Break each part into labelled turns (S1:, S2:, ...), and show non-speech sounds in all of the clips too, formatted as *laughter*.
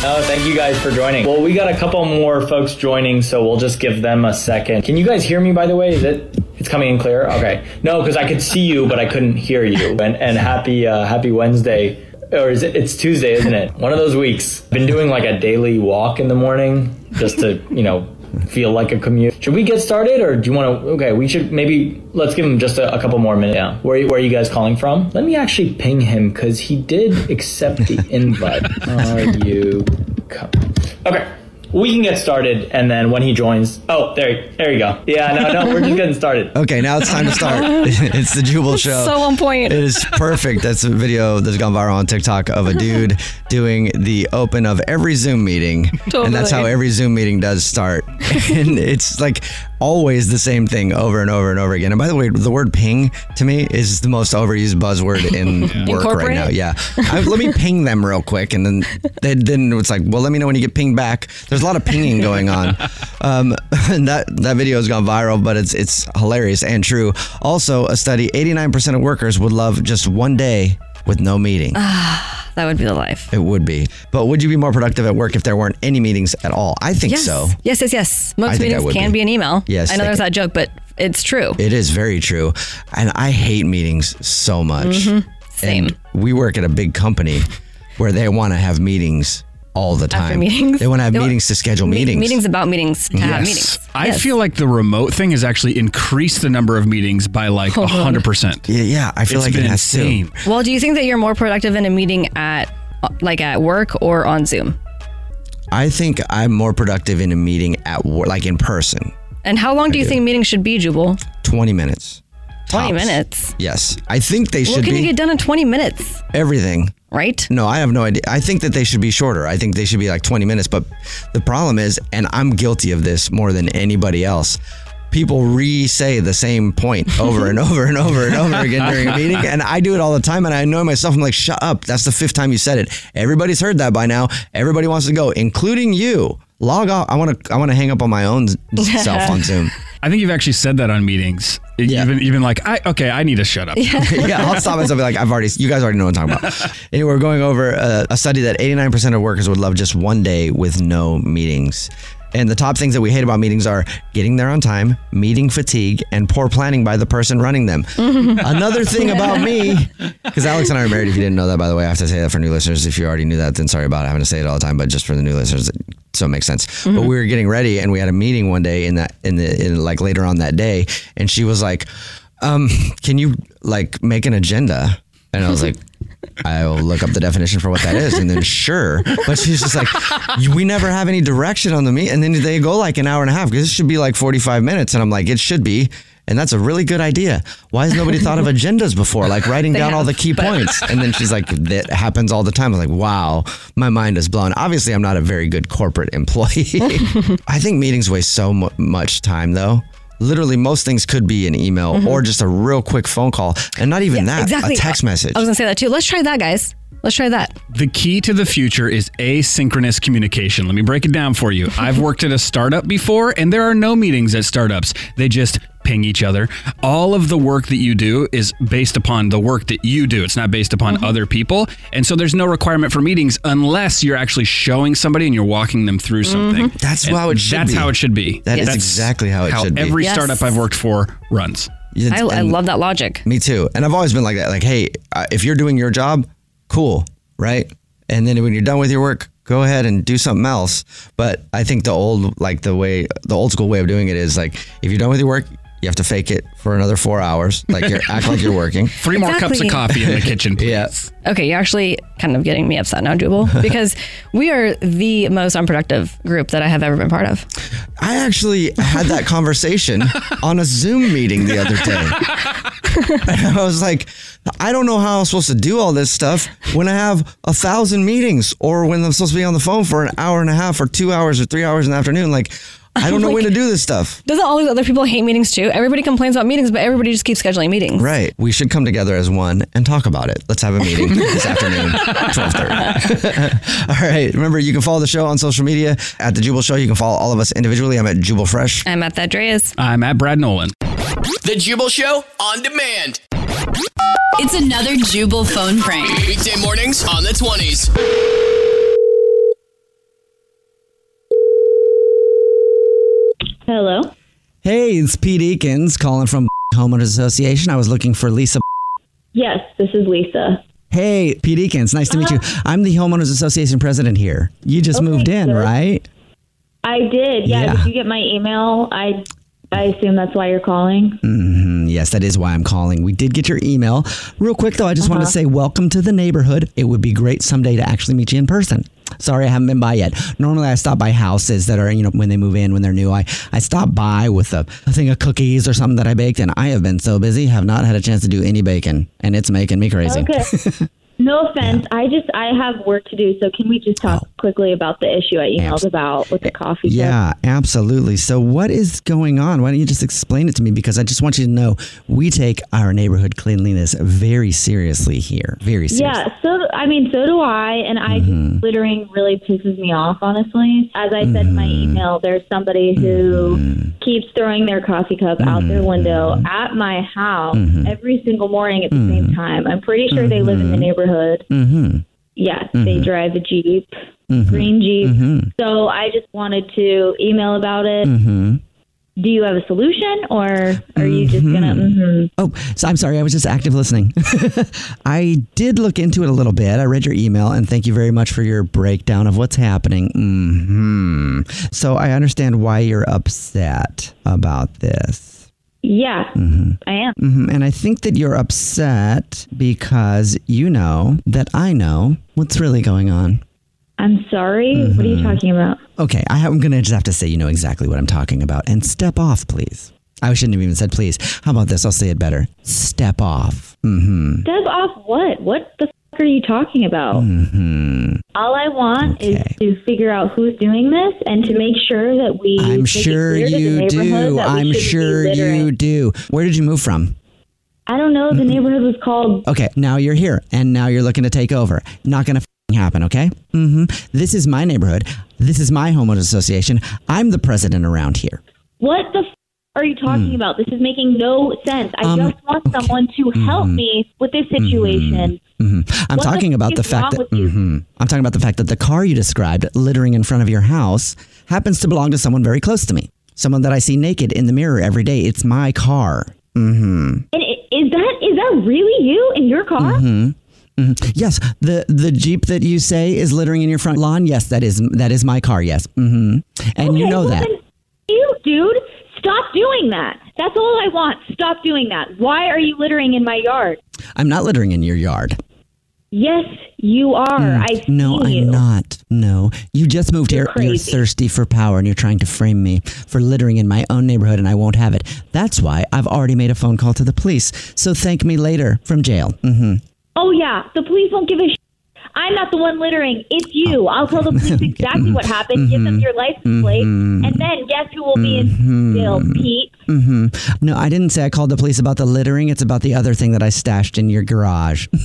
S1: Oh, thank you guys for joining. Well, we got a couple more folks joining, so we'll just give them a second. Can you guys hear me, by the way? Is it it's coming in clear? Okay. No, because I could see you, but I couldn't hear you. And and happy uh, happy Wednesday. Or is it, it's Tuesday, isn't it? One of those weeks. Been doing like a daily walk in the morning just to, *laughs* you know, feel like a commute. Should we get started or do you want to? Okay, we should maybe let's give him just a, a couple more minutes. Yeah. Where, where are you guys calling from? Let me actually ping him because he did accept *laughs* the invite. Are you coming? Okay. We can get started, and then when he joins, oh, there, there you go. Yeah, no, no, we're just getting started.
S2: Okay, now it's time
S3: *laughs*
S2: to start. it's the Jubal Show.
S3: So on point.
S2: It is perfect. That's a video that's gone viral on
S3: *laughs*
S2: TikTok of a dude doing the open of every Zoom meeting. And that's how
S3: Totally.
S2: every Zoom meeting does start. *laughs* and it's like always the same thing over and over and over again. And by the way, the word ping to me is the most overused
S3: *laughs*
S2: buzzword in work right
S3: corporate?
S2: now. Yeah. I,
S3: *laughs*
S2: let me ping them real quick. And then, they, then it's like, well, let me know when you get pinged back. There's a lot of pinging going on. Um, *laughs* and that, that video has gone viral, but it's, it's hilarious and true. Also, a study 89% of workers would love just one day with no meeting.
S3: Ah, That would be the life.
S2: It would be. But would you be more productive at work if there weren't any meetings at all? I think
S3: Yes.
S2: so.
S3: Yes, yes, yes. Most
S2: I think I
S3: meetings
S2: would
S3: can
S2: be.
S3: be. an email.
S2: Yes,
S3: I know
S2: they
S3: there's
S2: can.
S3: that joke, but it's true.
S2: It is very true. And I hate meetings so much.
S3: Mm-hmm. Same.
S2: And we work at a big company where they want to have meetings all the time.
S3: meetings.
S2: They want to have
S3: They want-
S2: meetings to schedule
S3: Me-
S2: meetings.
S3: Meetings about meetings. To have meetings.
S4: I
S3: Yes.
S4: feel like the remote thing has actually increased the number of meetings by like
S3: Oh.
S4: a hundred percent.
S2: yeah, yeah, I feel
S4: It's
S2: like
S4: been
S2: it has
S4: insane.
S3: Well, do you think that you're more productive in a meeting at like at work or on Zoom?
S2: to. I think I'm more productive in a meeting at work, like in person.
S3: And how long do you
S2: do.
S3: think meetings should be, Jubal?
S2: 20 minutes.
S3: 20
S2: Tops.
S3: minutes.
S2: Yes. I think they
S3: What
S2: should
S3: can
S2: be
S3: you get done in 20 minutes?
S2: everything.
S3: Right?
S2: No, I have no idea. I think that they should be shorter. I think they should be like 20 minutes. But the problem is, and I'm guilty of this more than anybody else, people re say the same point over and over and over and over again during a meeting. And I do it all the time. And I annoy myself. I'm like, shut up. That's the fifth time you said it. Everybody's heard that by now. Everybody wants to go, including you. Log off. I want to. I want to hang up on my own
S3: *laughs*
S2: self on Zoom.
S4: I think you've actually said that on meetings.
S2: Yeah.
S4: Even even like I okay, I need to shut
S2: *laughs*
S4: up.
S2: yeah, I'll stop myself. and Be like, I've already. You guys already know what I'm talking about. Anyway, we're going over uh, a, a study that 89% of workers would love just one day with no meetings. And the top things that we hate about meetings are getting there on time, meeting fatigue, and poor planning by the person running them. Another thing about me, because Alex and I are married. If you didn't know that, by the way, I have to say that for new listeners. If you already knew that, then sorry about having to say it all the time. But just for the new listeners, so it makes sense. But we were getting ready, and we had a meeting one day in that in the in like later on that day, and she was like, um, "Can you like make an agenda?" And I was like, I'll look up the definition for what that is, and then sure. But she's just like, "You- we never have any direction on the meet, and then they go like an hour and a half because it should be like forty-five minutes, and I'm like, it should be. And that's a really good idea. Why has nobody thought of agendas before? Like writing
S3: They
S2: down all the
S3: have,
S2: key
S3: but-
S2: points. And then she's like, that happens all the time. I'm like, wow, my mind is blown. Obviously, I'm not a very good corporate
S3: *laughs*
S2: employee. I think meetings waste so mu- much time, though. Literally, most things could be an email or just a real quick phone call. And not even that,
S3: Mm-hmm. exactly.
S2: Ah, a text message.
S3: I was gonna say that too. Let's try that, guys. Let's try that.
S4: The key to the future is asynchronous communication. Let me break it down
S2: *laughs*
S4: for you. I've worked at a startup before, and there are no meetings at startups. They just ping each other. All of the work that you do is based upon the work that you do, it's not based upon
S2: Uh-huh.
S4: other people. And so there's no requirement for meetings unless you're actually showing somebody and you're walking them through
S3: Mm-hmm.
S4: something.
S2: Mm-hmm. That's
S4: And
S2: how it should
S4: That's
S2: be.
S4: how it should be.
S2: That is
S4: That's
S2: exactly how it should be.
S4: Every
S3: Yes.
S4: startup I've worked for runs.
S2: It's-
S3: I, I
S2: and-
S3: love that logic.
S2: Me too. And I've always been like that. Like, hey, uh, if you're doing your job, cool, right? And then when you're done with your work, go ahead and do something else. But I think the old, like the way, the old school way of doing it is like, if you're done with your work, you have to fake it for another four hours. Like, you're act like you're working.
S4: Three more cups of
S3: Exactly.
S4: coffee in
S2: *laughs*
S4: the kitchen, please.
S3: Okay, you're actually kind of getting me upset now, Jubal, because we are the most unproductive group that I have ever been part of.
S2: I actually had that conversation on a Zoom meeting the other day. and I was like, I don't know how I'm supposed to do all this stuff when I have a thousand meetings or when I'm supposed to be on the phone for an hour and a half or two hours or three hours in the afternoon. Like, I don't know when to do this stuff.
S3: Doesn't all these other people hate meetings too? Everybody complains about meetings, but everybody just keeps scheduling meetings.
S2: Right. We should come together as one and talk about it. Let's have a meeting this afternoon, 1230. *laughs* all right. Remember, you can follow the show on social media at The Jubal Show. You can follow all of us individually. I'm at Jubal Fresh.
S3: I'm at that Dreas.
S4: I'm at Brad Nolan.
S5: The Jubal Show on demand.
S6: It's another Jubal phone prank.
S5: Weekday mornings on the 20s.
S6: Hello.
S2: Hey, it's Pete Eakins calling from Homeowners Association. I was looking for Lisa.
S6: Yes, this is Lisa.
S2: Hey, Pete Eakins, nice to meet you. I'm the Homeowners Association president here. You just moved in, right?
S6: I did. Yeah,
S2: Yeah.
S6: Did you get my email? I I assume that's why you're calling.
S2: Mm, yes, that is why I'm calling. We did get your email. Real quick, though, I just wanted to say welcome to the neighborhood. It would be great someday to actually meet you in person. Sorry, I haven't been by yet. Normally, I stop by houses that are, you know, when they move in, when they're new. I, I stop by with a, a thing of cookies or something that I baked, and I have been so busy, have not had a chance to do any baking, and it's making me crazy. *laughs*
S6: Okay. No offense. I just I have work to do, so can we just talk quickly about the issue I emailed
S2: Oh. Abs-
S6: about with the coffee? cup?
S2: Yeah, absolutely. So, what is going on? Why don't you just explain it to me? Because I just want you to know we take our neighborhood cleanliness very seriously here. Very seriously.
S6: Yeah, so I mean, so do I, and I
S2: Mm-hmm.
S6: think littering really pisses me off. Honestly, as I said in my
S2: Mm-hmm.
S6: email, there's somebody who keeps throwing their coffee cup out their
S2: Mm-hmm.
S6: window at my house every single morning at the same time. I'm pretty sure they live in the neighborhood.
S2: Mm-hmm.
S6: Yes, they drive a jeep, green jeep. So I just wanted to email about it.
S2: Mm-hmm.
S6: Do you have a solution, or are you just gonna? hmm
S2: Oh, so I'm sorry. I was just active listening. *laughs* I did look into it a little bit. I read your email, and thank you very much for your breakdown of what's happening. hmm So I understand why you're upset about this.
S6: Yeah, I am.
S2: hmm And I think that you're upset because you know that I know what's really going on. Mm-hmm.
S6: I'm sorry. What are you talking about?
S2: Okay, I am going to just have to say you know exactly what I'm talking about and step off, please. I shouldn't have even said please. How about this? I'll say it better. Step off. Mm-hmm.
S6: Step off what? What the fuck are you talking about?
S2: Mm-hmm.
S6: All I want
S2: Okay.
S6: is to figure out who's doing this and to make sure that we.
S2: I'm
S6: make it
S2: sure
S6: clear to the
S2: you
S6: neighborhood
S2: do.
S6: that we
S2: I'm
S6: shouldn't be
S2: sure you
S6: littering.
S2: do. Where did you move from?
S6: I don't know. The neighborhood was called.
S2: Okay, now you're here and now you're looking to take over. Not going to happen, okay? Mm-hmm. This is my neighborhood. This is my homeowners association. I'm the president around here.
S6: What the f- are you talking about? This is making no sense. I
S2: Mm. Um,
S6: just want someone to help me with this situation.
S2: hmm I'm
S6: What the
S2: talking
S6: f-
S2: about
S6: is
S2: the fact
S6: wrong
S2: that
S6: with you?
S2: Mhm. I'm talking about the fact that the car you described littering in front of your house happens to belong to someone very close to me. Someone that I see naked in the mirror every day. It's my car. Mm-hmm.
S6: And i- is that is that really you in your car?
S2: Mm-hmm. Yes, the the Jeep that you say is littering in your front lawn. Yes, that is that is my car. Yes. hmm And you
S6: Okay,
S2: know
S6: well
S2: that.
S6: then, f- You dude, stop doing that. That's all I want. Stop doing that. Why are you littering in my yard?
S2: I'm not littering in your yard. Mm.
S6: Yes, you are. I see
S2: no, I'm
S6: you.
S2: not. No, you just moved here. You're
S6: crazy.
S2: thirsty for power, and you're trying to frame me for littering in my own neighborhood, and I won't have it. That's why I've already made a phone call to the police. So thank me later from jail. Mm-hmm.
S6: Oh yeah, the police won't give a. Sh- I'm not the one littering. It's you.
S2: Oh.
S6: I'll tell the
S2: *laughs*
S6: police exactly what happened. Give
S2: Mm-hmm.
S6: them your license plate,
S2: Mhm.
S6: and then guess who will be in jail, Pete?
S2: Mm-hmm. No, I didn't say I called the police about the littering. It's about the other thing that I stashed in your garage. *laughs*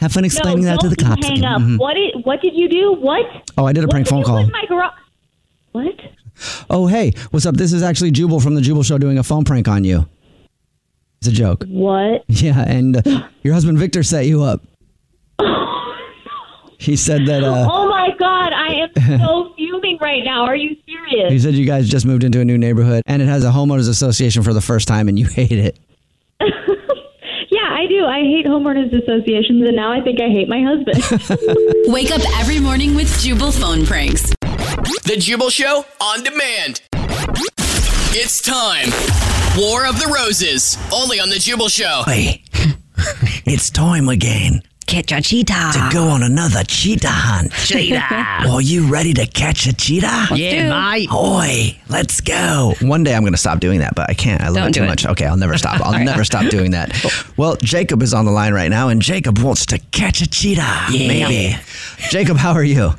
S2: have fun explaining
S6: no,
S2: that to
S6: don't
S2: the
S6: you
S2: cops.
S6: Hang
S2: again.
S6: up.
S2: Mhm.
S6: What did What did you do? What?
S2: Oh, I did a
S6: What
S2: prank
S6: did
S2: phone
S6: you
S2: call.
S6: put in my garage? What?
S2: Oh, hey, what's up? This is actually Jubal from the Jubal Show doing a phone prank on you. It's a joke.
S6: What?
S2: *laughs* Yeah, and uh, your husband Victor set
S6: *laughs*
S2: you up. he said that. Uh,
S6: oh my God! I
S2: *laughs*
S6: am so fuming right now. Are you serious?
S2: He said you guys just moved into a new neighborhood, and it has a homeowners association for the first time, and you hate it. *laughs*
S6: Yeah, I do. I hate homeowners associations, and now I think I hate my *laughs*
S2: *laughs*
S6: husband.
S7: Wake up every morning with Jubal phone pranks.
S5: The Jubal Show on demand. It's time. War of the Roses. Only on The Jubal Show.
S2: it's time again.
S8: Catch a cheetah.
S2: To go on another cheetah hunt.
S8: Cheetah.
S2: *laughs* Are you ready to catch a cheetah?
S8: Let's Yeah, do it. mate.
S2: Oi, let's go. One day I'm going to stop doing that, but I can't. I love
S9: Don't
S2: it too
S9: do it.
S2: much. Okay, I'll never stop. I'll
S9: All right.
S2: never stop doing that. Well, Jacob is on the line right now, and Jacob wants to catch a cheetah.
S10: Yeah.
S2: Maybe. Jacob, how are you?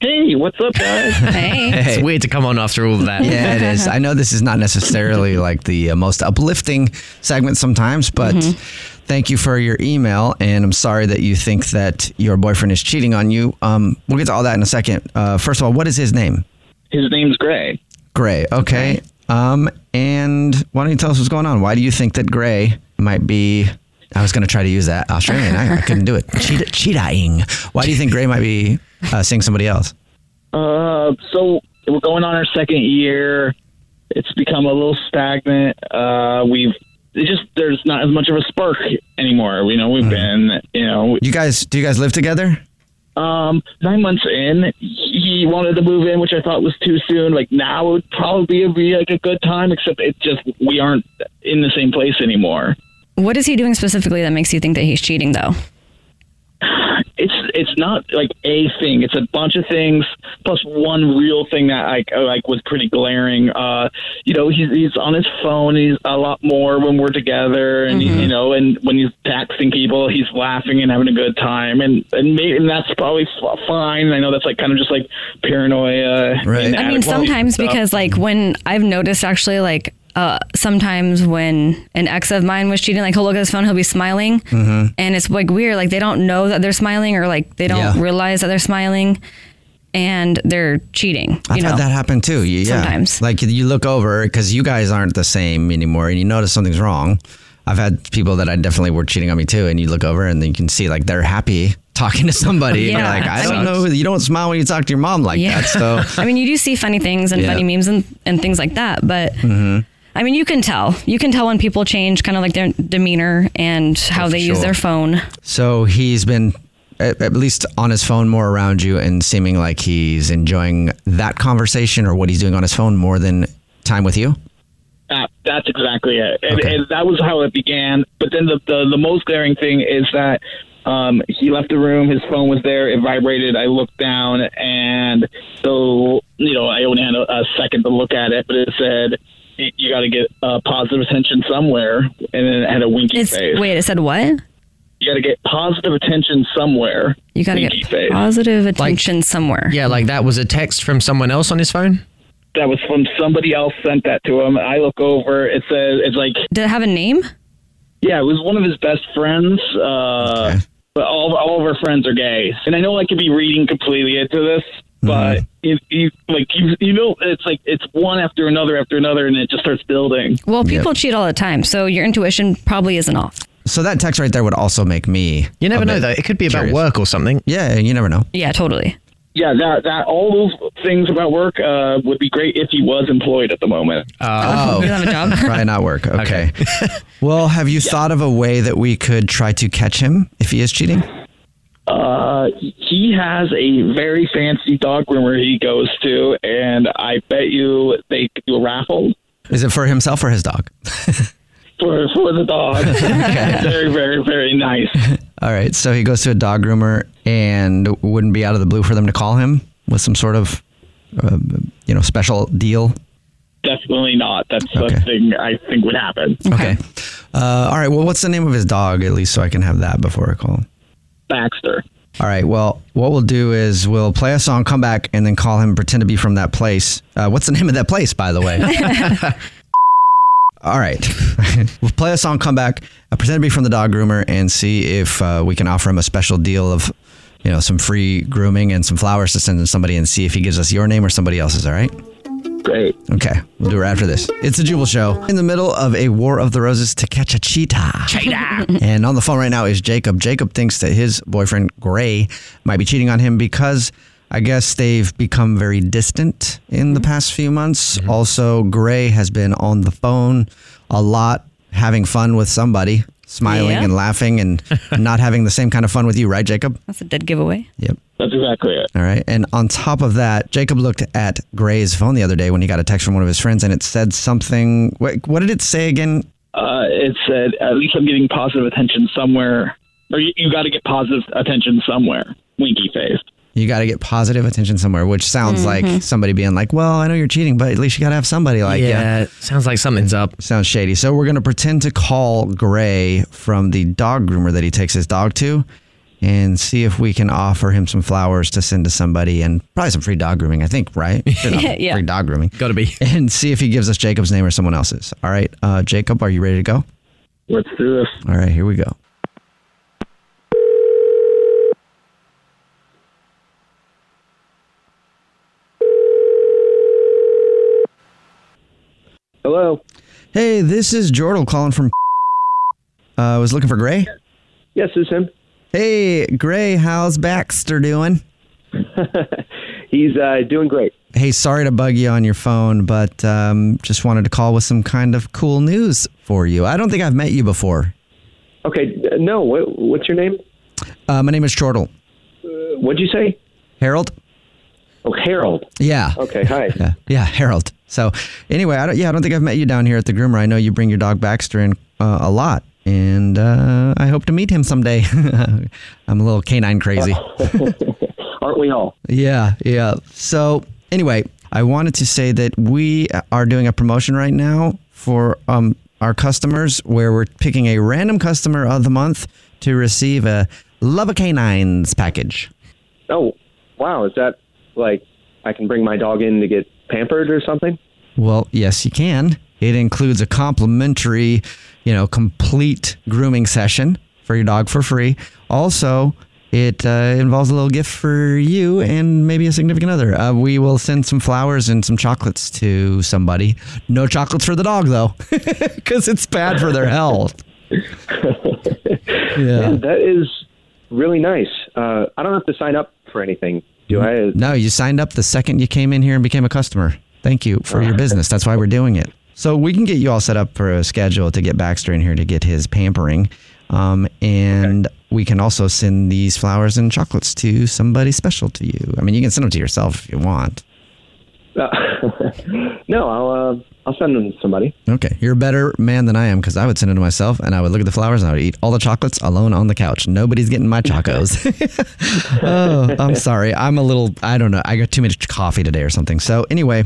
S10: Hey, what's up, guys?
S2: *laughs* It's weird to come on after all of that. Yeah, it is. I know this is not *laughs* necessarily like the uh, most uplifting segment sometimes, but thank you for your email. And I'm sorry that you think that your boyfriend is cheating on you. Um, we'll get to all that in a second. Uh, first of all, what is his name?
S10: His name's Gray.
S2: Gray. Okay. Um, and why don't you tell us what's going on? Why do you think that Gray might be? I was going to try to use that Australian. I, I couldn't do it. Cheetah, cheetahing. Why do you think Gray might be uh, seeing somebody else?
S10: Uh, so we're going on our second year. It's become a little stagnant. Uh, we've it just there's not as much of a spark anymore. You know, we've been you know.
S2: Hmm. You guys, do you guys live together?
S10: Um, nine months in, he wanted to move in, which I thought was too soon. Like now would probably be like a good time, except it's just we aren't in the same place anymore.
S3: What is he doing specifically that makes you think that he's cheating, though?
S10: it's it's not like a thing. It's a bunch of things plus one real thing that like uh, like was pretty glaring. Uh, you know, he's he's on his phone. He's a lot more when we're together, and you know, and when he's texting people, he's laughing and having a good time, and and maybe and that's probably f- fine. I know that's like kind of just like paranoia. Right.
S3: I mean, sometimes because like when I've noticed actually like uh, sometimes when an ex of mine was cheating, like he'll look at his phone, he'll be smiling,
S2: Mm-hmm.
S3: and it's like weird. Like they don't know that they're smiling, or like they don't
S2: Yeah.
S3: realize that they're smiling, and they're cheating.
S2: I've
S3: you know
S2: had that happen too. You, yeah.
S3: Sometimes.
S2: Like you look over because you guys aren't the same anymore and you notice something's wrong. I've had people that I definitely were cheating on me too. And you look over and then you can see like they're happy *laughs* talking to somebody. You're
S3: Yeah.
S2: like, I,
S3: I
S2: don't
S3: mean-
S2: know. You don't smile when you talk to your mom like that. So,
S3: *laughs* I
S2: *laughs*
S3: mean, you do see funny things and
S2: Yeah.
S3: funny memes and, and things like that, but
S2: Mhm.
S3: I mean, you can tell. You can tell when people change kind of like their demeanor and how
S2: Oh, for
S3: they use
S2: sure.
S3: their phone.
S2: so he's been at, at least on his phone more around you and seeming like he's enjoying that conversation or what he's doing on his phone more than time with you.
S10: That, that's exactly it. And, and that was how it began. But then the, the, the most glaring thing is that um, he left the room, his phone was there, it vibrated. I looked down, and so, you know, I only had a, a second to look at it, but it said, "Y- you got to get uh, positive attention somewhere. And then it had a winky
S3: It's
S10: face.
S3: wait, it said what?
S10: You got to get positive attention somewhere.
S3: You gotta
S10: winky
S3: get
S10: face.
S3: positive attention somewhere.
S11: Yeah, like that was a text from someone else on his phone.
S10: That was from somebody else sent that to him. I look over, it says, it's like,
S3: Did it have a name?
S10: Yeah, it was one of his best friends. Uh, But all all of our friends are gay, and I know I could be reading completely into this, but if you like you you know it's like it's one after another after another, and it just starts building.
S3: Well, people cheat all the time, so your intuition probably isn't off.
S2: So that text right there would also make me. You
S10: never know,
S11: though. It could be about
S2: work
S11: or something.
S2: Yeah, you never know.
S3: Yeah, totally.
S10: Yeah, that that all those things about work uh, would be great if he was employed at the moment.
S2: *laughs*
S3: *laughs*
S2: Oh,
S3: you don't have a
S2: *laughs*
S3: job?
S2: probably not work. Okay.
S11: *laughs*
S2: well, have you thought of a way that we could try to catch him if he is cheating?
S10: Uh, he has a very fancy dog groomer he goes to, and I bet you they could do a raffle.
S2: Is it for himself or his dog?
S10: for for the dog. very, very, very nice.
S2: All right. So he goes to a dog groomer and wouldn't be out of the blue for them to call him with some sort of, uh, you know, special deal.
S10: Definitely not. That's the thing I think would happen.
S2: Okay. Uh, all right. Well, what's the name of his dog, at least, so I can have that before I call him?
S10: Baxter.
S2: All right. Well, what we'll do is we'll play a song, come back, and then call him, pretend to be from that place. Uh, what's the name of that place, by the
S12: *laughs*
S2: way? All right. *laughs* we'll play a song, come back, uh, pretend to be from the dog groomer, and see if uh, we can offer him a special deal of, you know, some free grooming and some flowers to send to somebody and see if he gives us your name or somebody else's. All right.
S10: Great.
S2: Okay. We'll do it right after this. It's the Jubal Show in the middle of a War of the Roses to catch a cheetah. *laughs*
S4: Cheetah.
S2: and on the phone right now is Jacob. Jacob thinks that his boyfriend, Gray, might be cheating on him because I guess they've become very distant in the past few months. Also, Gray has been on the phone a lot, having fun with somebody, smiling
S3: Yeah.
S2: and laughing and not having the same kind of fun with you, right, Jacob?
S3: That's a dead giveaway.
S2: Yep.
S10: That's exactly it.
S2: All right. And on top of that, Jacob looked at Gray's phone the other day when he got a text from one of his friends and it said something. What, what did it say again?
S10: Uh, it said, at least I'm getting positive attention somewhere. Or you, you got to get positive attention somewhere. Winky face.
S2: You got to get positive attention somewhere, which sounds
S10: Mhm.
S2: like somebody being like, well, I know you're cheating, but at least you got to have somebody like,
S13: Yeah,
S2: sounds like something's up. Sounds shady. So we're going to pretend to call Gray from the dog groomer that he takes his dog to and see if we can offer him some flowers to send to somebody and probably some free dog grooming, I think, *laughs* right?
S3: Yeah.
S2: Free dog grooming. Got to be. And see if he gives us Jacob's name or someone else's. All right. Uh, Jacob, are you ready to go?
S10: Let's do this.
S2: All right, here we go.
S10: Hello.
S2: Hey, this is Jordal calling from. Uh, I was looking for Gray.
S9: Yes, it's him.
S2: Hey, Gray, how's Baxter doing?
S9: *laughs* He's uh, doing great.
S2: Hey, sorry to bug you on your phone, but um, just wanted to call with some kind of cool news for you. I don't think I've met you before.
S9: Okay, uh, no, what, what's your name?
S2: Uh, my name is Chortle.
S9: Uh, what'd you say?
S2: Harold?
S9: Oh, Harold.
S2: Yeah.
S9: Okay, hi.
S2: Yeah, yeah, Harold. So, anyway, I don't, yeah, I don't think I've met you down here at the groomer. I know you bring your dog Baxter in uh, a lot, and uh, I hope to meet him someday. *laughs* I'm a little canine *laughs* crazy.
S9: Aren't we all?
S2: Yeah, yeah. So anyway, I wanted to say that we are doing a promotion right now for um, our customers where we're picking a random customer of the month to receive a Love a Canines package.
S9: Oh, wow. Is that like I can bring my dog in to get pampered or something?
S2: Well, yes, you can. It includes a complimentary, you know, complete grooming session for your dog for free. Also, it uh, involves a little gift for you and maybe a significant other. Uh, we will send some flowers and some chocolates to somebody. No chocolates for the dog, though, *laughs* because it's bad for their health.
S9: Yeah,
S2: yeah.
S9: that is really nice. Uh, I don't have to sign up for anything, do I?
S2: No, you signed up the second you came in here and became a customer. Thank you for your business. That's why we're doing it. So we can get you all set up for a schedule to get Baxter in here to get his pampering. Um, and we can also send these flowers and chocolates to somebody special to you. I mean, you can send them to yourself if you want.
S9: Uh, no, I'll uh, *laughs* I'll send them to somebody.
S2: Okay. You're a better man than I am because I would send it to myself and I would look at the flowers and I would eat all the chocolates alone on the couch. Nobody's getting my chocos. *laughs* oh,
S14: *laughs*
S9: *laughs*
S2: I'm sorry. I'm a little, I don't know. I got too much coffee today or something. So, anyway,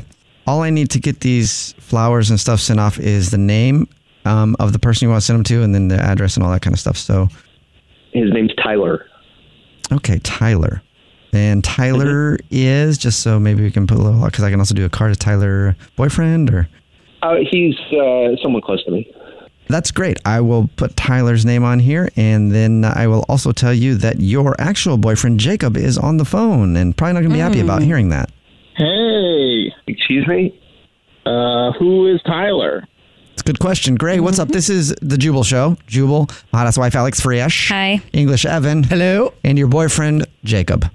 S2: all I need to get these flowers and stuff sent off is the name um, of the person you want to send them to and then the address and all that kind of stuff. So,
S9: His name's Tyler.
S2: okay, Tyler. And Tyler is just so maybe we can put a little, because I can also do a card to Tyler boyfriend or.
S9: Uh, he's uh, someone close to me.
S2: That's great. I will put Tyler's name on here, and then I will also tell you that your actual boyfriend Jacob is on the phone, and probably not going to be happy about hearing that.
S10: Hey. Excuse me? Uh, who is Tyler?
S2: It's a good question, Gray. What's up? This is the Jubal Show. Jubal, my hottest wife Alex Friesch.
S3: Hi.
S2: English Evan. Hello. And your boyfriend Jacob.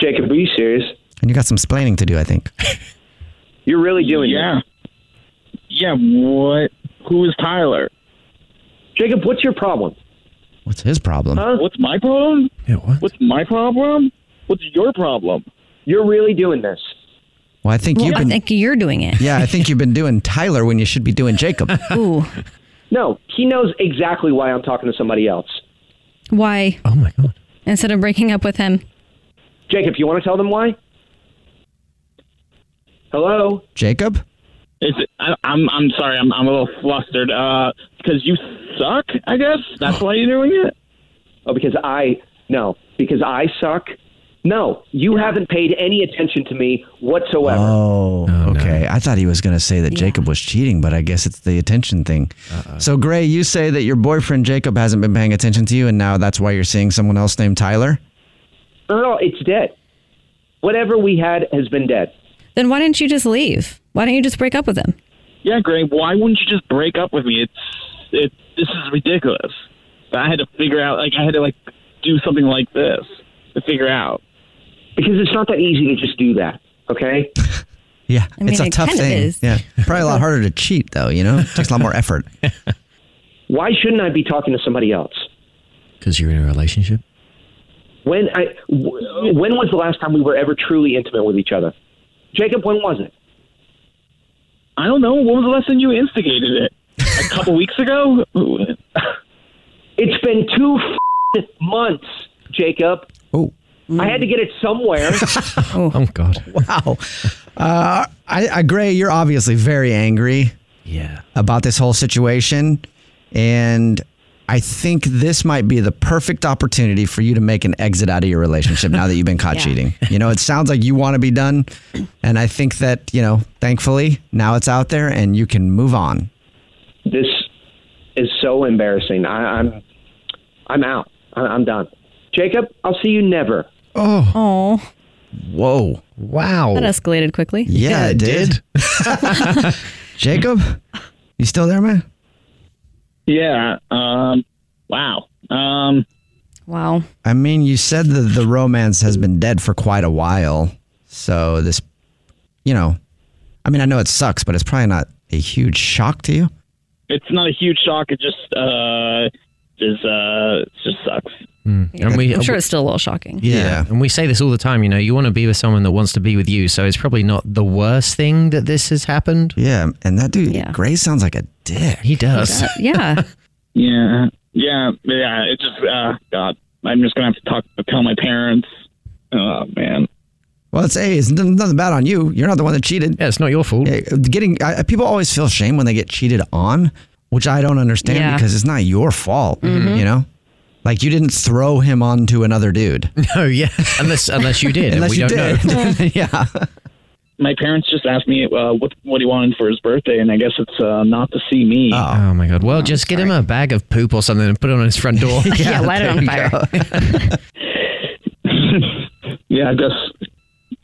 S9: Jacob, are you serious?
S2: And you got some splaining to do, I think.
S9: You're really doing yeah.
S10: Yeah, what? Who is Tyler?
S9: Jacob, what's your problem?
S2: What's his problem?
S10: What's my problem?
S2: Yeah, what?
S10: What's my problem? What's your problem?
S9: You're really doing this.
S2: Well, I think
S3: Well,
S2: you've
S3: I
S2: been.
S3: think you're doing it.
S2: yeah, I think you've been doing Tyler when you should be doing Jacob.
S3: *laughs* Ooh.
S9: No, he knows exactly why I'm talking to somebody else.
S3: Why? Oh my god. Instead of breaking up with him.
S9: Jacob, you want to tell them why? Hello,
S2: Jacob?
S10: It's, I, I'm I'm sorry. I'm I'm a little flustered. Uh, because you suck. I guess that's why you're doing it.
S9: Oh, because I no, because I suck. No, you haven't paid any attention to me whatsoever.
S2: Oh, okay. I thought he was going to say that Jacob was cheating, but I guess it's the attention thing. So, Gray, you say that your boyfriend Jacob hasn't been paying attention to you, and now that's why you're seeing someone else named Tyler?
S9: No, no, it's dead. Whatever we had has been dead.
S3: Then why didn't you just leave? Why don't you just break up with him?
S10: Yeah, Gray. Why wouldn't you just break up with me? It's it. This is ridiculous. I had to figure out. Like I had to like do something like this to figure out.
S9: Because it's not that easy to just do that. Okay.
S2: Yeah,
S9: I mean,
S2: it's a
S9: it
S2: tough
S9: kind of
S2: thing.
S9: is.
S2: Yeah, probably a lot harder to cheat though. You know, takes a lot
S3: *laughs*
S2: more effort.
S9: Why shouldn't I be talking to somebody else?
S13: Because you're in a relationship.
S9: When I w- when was the last time we were ever truly intimate with each other? Jacob, when was it?
S10: I don't know. When was the last time you instigated it? A couple weeks ago.
S9: It's been two f- months, Jacob.
S2: Oh.
S9: I had to get it
S2: *laughs*
S9: somewhere.
S13: *laughs*
S2: oh.
S13: God!
S2: Wow. Uh, I, I, Gray, you're obviously very angry. Yeah. About this whole situation, and I think this might be the perfect opportunity for you to make an exit out of your relationship now that you've been caught
S3: Yeah.
S2: cheating. You know, it sounds like you want to be done, and I think that you know, thankfully, now it's out there and you can move on.
S9: this is so embarrassing. I, I'm I'm out. I, I'm done. Jacob, I'll see you never.
S3: Oh. Oh.
S2: Whoa! Wow.
S3: That escalated quickly.
S2: Yeah, it did. *laughs* Jacob, you still there, man?
S10: Yeah. Um. Wow. Um.
S3: Wow.
S2: I mean, you said that the romance has been dead for quite a while. So this, you know, I mean, I know it sucks, but it's probably not a huge shock to you.
S10: It's not a huge shock. It just uh is uh it just sucks.
S13: Hmm. And we-
S3: I'm sure it's still a little shocking.
S13: Yeah. And we say this all the time, you know, you want to be with someone that wants to be with you. So it's probably not the worst thing that this has happened.
S2: Yeah. And that dude, Gray sounds like a dick.
S13: He does.
S3: Uh, Yeah.
S10: Yeah. Yeah. Yeah. It just uh God. I'm just gonna have to talk tell my parents. Oh man.
S2: Well, it's hey, it's n- nothing bad on you. You're not the one that cheated.
S13: Yeah, it's not your fault.
S2: getting I, people always feel shame when they get cheated on, which I don't understand
S13: Yeah.
S2: because it's not your fault.
S13: Mhm.
S2: You know, like you didn't throw him onto another dude.
S13: *laughs* No, yeah. Unless unless you did. and
S2: Unless
S13: we
S2: you
S13: don't know.
S2: did. *laughs* yeah.
S10: My parents just asked me uh, what what he wanted for his birthday, and I guess it's uh, not to see me.
S13: Oh. my god. Well, just get him a bag of poop or something and put it on his
S3: *laughs*
S13: front door.
S10: Yeah, light it on
S13: there you
S10: fire.
S13: go.
S10: *laughs* Yeah, I guess.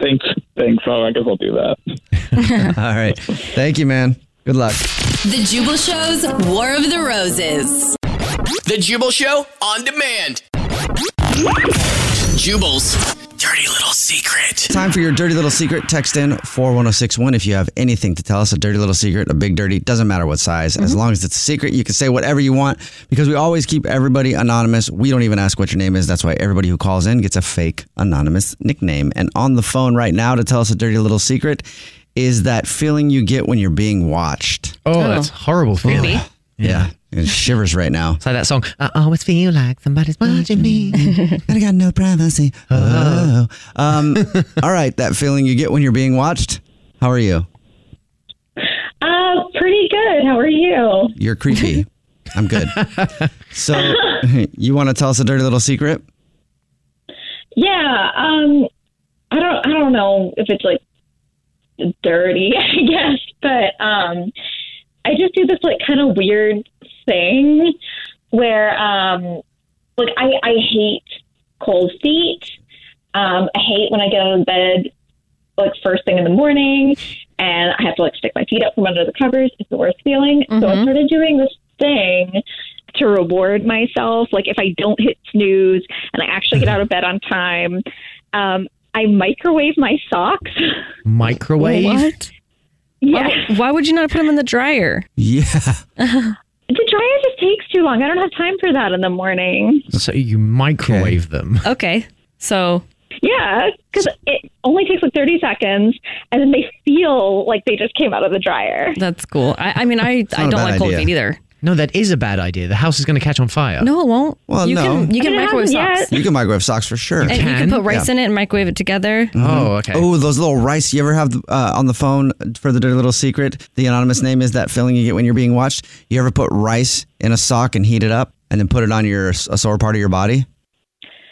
S10: Thanks, thanks. Oh, I guess I'll do that.
S2: All right. Thank you, man. Good luck.
S15: The Jubal Show's War of the Roses.
S5: The Jubal Show on demand. Jubal's dirty little secret.
S2: Time for your dirty little secret. Text in 41061 if you have anything to tell us. A dirty little secret, a big dirty, doesn't matter what size. As long as it's a secret, you can say whatever you want because we always keep everybody anonymous. We don't even ask what your name is. That's why everybody who calls in gets a fake anonymous nickname. And on the phone right now to tell us a dirty little secret is that feeling you get when you're being watched.
S13: Oh, Oh. that's horrible feeling. Creepy.
S2: Yeah. It shivers right now. It's
S13: like that song. *laughs* I always feel like somebody's watching me. Uh,
S2: I got no privacy. Oh.
S13: *laughs*
S2: Um, all right, that feeling you get when you're being watched. How are you?
S16: Uh, pretty good. How are you?
S2: You're creepy. I'm good. So, *laughs* you want to tell us a dirty little secret?
S16: Yeah. Um, I don't. I don't know if it's like dirty, *laughs* I guess, but um, I just do this like kind of weird thing where um, like I I hate cold feet. Um, I hate when I get out of bed like first thing in the morning, and I have to like stick my feet up from under the covers. It's the worst feeling. So I started doing this thing to reward myself. Like if I don't hit snooze and I actually
S3: Mm-hmm.
S16: get out of bed on time, um, I microwave my socks.
S13: Microwave.
S3: What?
S16: Yeah.
S3: Why, why would you not put him in the dryer?
S2: Yeah.
S16: the dryer just takes too long. I don't have time for that in the morning.
S13: So you microwave them. *laughs*
S3: Okay. So
S16: Yeah, because it only takes like 30 seconds and then they feel like they just came out of the dryer.
S3: that's cool. I, I mean, I,
S16: not
S3: I
S16: a
S3: don't
S16: bad
S3: like cold
S16: idea.
S3: feet either.
S13: No, that is a bad idea. The house is going to catch on fire.
S3: No, it won't.
S13: Well,
S3: you
S13: no.
S3: Can, you
S13: But
S3: can
S13: it
S3: microwave
S13: hasn't
S3: socks.
S13: yet.
S2: You can microwave socks for sure.
S3: And you can put rice
S2: Yeah.
S3: in it and microwave it together.
S2: Mhm. Oh, those little rice. You ever have uh, on the phone for the dirty little secret? The anonymous name is that feeling you get when you're being watched. You ever put rice in a sock and heat it up and then put it on your a sore part of your body?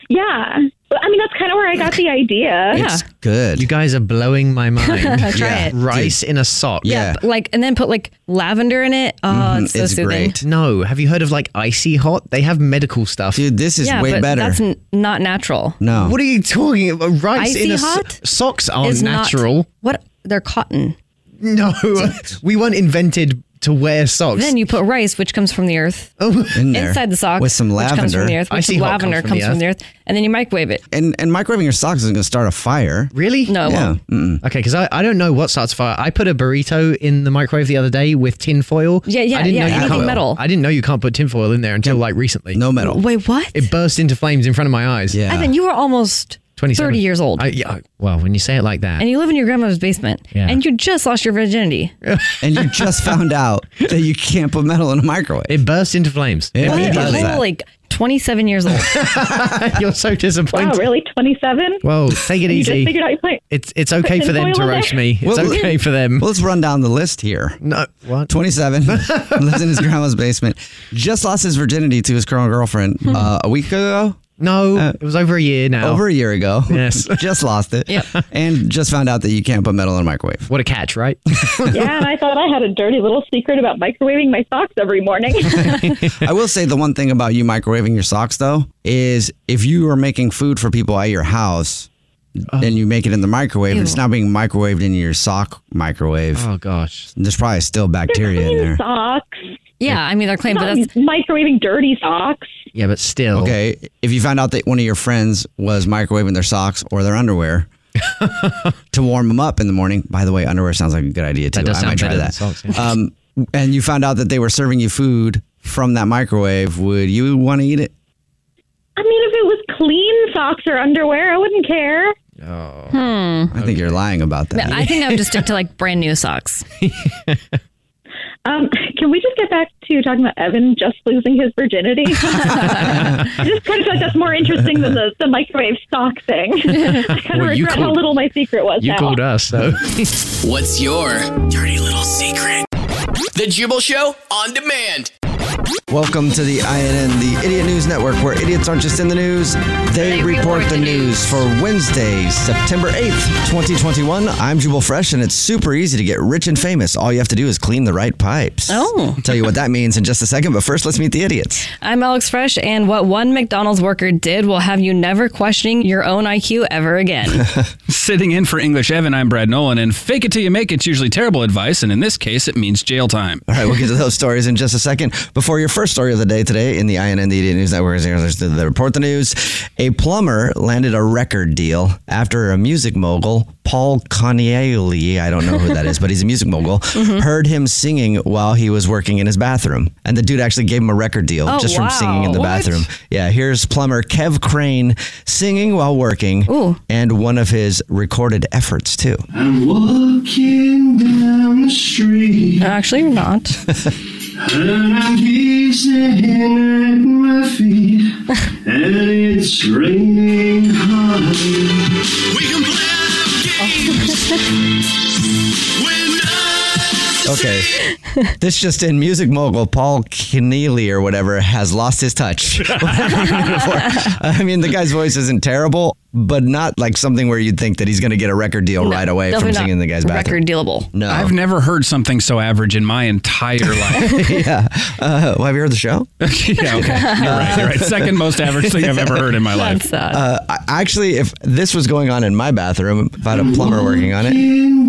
S6: Yeah. But, I mean, that's kind of where I got the idea.
S2: Good.
S13: You guys are
S3: *laughs*
S13: blowing my mind.
S3: Try it.
S13: Rice in a sock.
S3: Yeah. but Like and then put like lavender in it. Oh,
S2: Mm-hmm.
S3: it's so soothing.
S13: Mm-hmm. No, have you heard of like icy hot? They have medical stuff. Dude,
S2: this
S3: yeah, but That's n- not natural.
S2: No.
S13: What are you talking about? Rice
S3: Icy
S13: in a so-
S3: hot?
S13: socks aren't
S3: is not-
S13: natural.
S3: what? They're cotton.
S13: No, *laughs* we weren't invented to wear socks.
S3: Then you put rice, which comes from the earth,
S2: Oh,
S13: Oh.
S2: In there.
S3: inside the sock
S2: With some
S3: which comes from
S2: lavender.
S3: the earth.
S2: I
S3: Which
S2: see how it
S3: lavender comes from the earth, and then you microwave it. Oh,
S2: And and microwaving your socks isn't going to start a fire.
S13: Really?
S3: No, it
S2: Yeah.
S3: won't.
S13: Okay, because I, I don't know what starts fire. I put a burrito in the microwave the other day with tin foil.
S3: Yeah, yeah,
S13: I didn't
S3: yeah,
S13: Know you
S3: anything
S13: can't,
S3: metal.
S13: I didn't know you can't put tin foil in there until like recently. No
S2: metal.
S3: Wait, what?
S13: It burst into flames in front of my eyes. Yeah.
S3: Evan, you were almost
S13: 27.
S3: 30 years old.
S13: I, yeah. Well, when you say it like that,
S3: and you live in your grandmother's basement,
S13: Yeah.
S3: *laughs* and you just lost your virginity.
S2: and you just found out that you can't put metal in a microwave.
S13: It bursts into flames.
S2: It
S3: What?
S2: really does
S3: You're
S2: that.
S3: like 27 years
S2: *laughs*
S3: old.
S13: You're so disappointed.
S6: Wow, really? 27?
S17: *laughs*
S13: Whoa, take it
S6: You just
S13: easy.
S6: figured out your point.
S13: It's it's okay for them to roast me. It's
S2: Well,
S13: okay for them.
S2: Well, let's run down the list here.
S13: No, what?
S2: 27,
S13: *laughs*
S2: lives in his grandma's basement, just lost his virginity to his current girlfriend uh, a week ago. Uh,
S13: No, it was over a year now.
S2: Over a year ago.
S13: Yes.
S2: *laughs* just lost it. Yeah. And just found out that you can't put metal in a microwave.
S13: What a catch,
S2: *laughs*
S13: right?
S6: yeah, and I thought I had a dirty little secret about microwaving my socks every morning.
S2: *laughs* I will say the one thing about you microwaving your socks though is if you are making food for people at your house
S13: Oh.
S2: and you make it in the microwave, it's
S6: Ew.
S2: now being microwaved in your sock microwave.
S13: Oh gosh.
S2: There's probably still bacteria in there.
S6: socks.
S3: Yeah, I mean, they're claimed, but that's.
S6: Microwaving dirty socks.
S13: Yeah, but still.
S2: Okay. If you found out that one of your friends was microwaving their socks or their
S13: *laughs*
S2: underwear to warm them up in the morning, by the way, underwear sounds like a good idea too.
S13: That does
S2: I might
S13: sound
S2: try
S13: better than
S2: that.
S13: socks, yeah.
S2: um, and you found out that they were serving you food from that microwave, would you want to eat it?
S6: I mean, if it was clean socks or underwear, I wouldn't care.
S2: Oh.
S3: Hmm.
S2: I think you're lying about that.
S3: I think I would just stick to like brand new socks. *laughs*
S6: Um, can we just get back to talking about Evan just losing his virginity?
S5: *laughs*
S6: I just kind of feel like that's more interesting than the, the microwave sock
S5: *laughs*
S6: thing. I kind of
S5: Well, you
S6: regret how
S5: called-
S6: little my secret was now. *laughs*
S13: us, though.
S5: What's your dirty little secret? The Jubal Show on demand.
S2: *laughs* Welcome to the INN, the Idiot News Network, where idiots aren't just in the news, they, report, the news. for Wednesday, September 8th, 2021. I'm Jubal Fresh, and it's super easy to get rich and famous. All you have to do is clean the right pipes. Oh. Tell you what that means in just a second, but first, let's meet the idiots.
S3: I'm Alex Fresh, and what one McDonald's worker did will have you never questioning your own IQ ever again.
S4: *laughs* Sitting in for English Evan, I'm Brad Nolan, and fake it till you make it's usually terrible advice, and in this case, it means jail time.
S2: All
S4: *laughs*
S2: right, we'll get to those stories in just a second. Before your first story of the day today in the INN, the Idiot News Network, there's the, the report the news. A plumber landed a record deal after a music mogul, Paul Conielli, I don't know who that is, but he's a music
S14: *laughs*
S2: mogul,
S14: Mm-hmm.
S2: heard him singing while he was working in his bathroom. And the dude actually gave him a record deal
S14: Oh,
S2: just
S14: wow.
S2: from singing in the
S14: What?
S2: bathroom. Yeah, here's plumber Kev Crane singing while working and one of his recorded efforts, too.
S18: *laughs* I'm walking down the street.
S3: Actually, you're not. *laughs*
S18: And I'm gazing at my feet. and it's raining
S13: *laughs*
S18: hard. We can
S2: Okay. this just in music mogul Paul Keneally or whatever has lost
S3: *laughs*
S2: his touch. Whatever he did before. I mean, the guy's voice isn't terrible, but not like something where you'd think that he's going to get a record deal right away from
S3: definitely
S2: singing in
S3: not
S2: the guy's bathroom.
S3: record dealable.
S2: No. *laughs*
S4: I've never heard something so average in my entire life.
S2: yeah. Uh, well, have you heard the show?
S4: *laughs* yeah, okay. You're
S3: *laughs*
S4: right. You're right. Second most average thing I've ever heard in
S2: *laughs*
S4: my life.
S2: Uh, I- actually, if this was going on in my bathroom, if I had a plumber working on it,
S18: down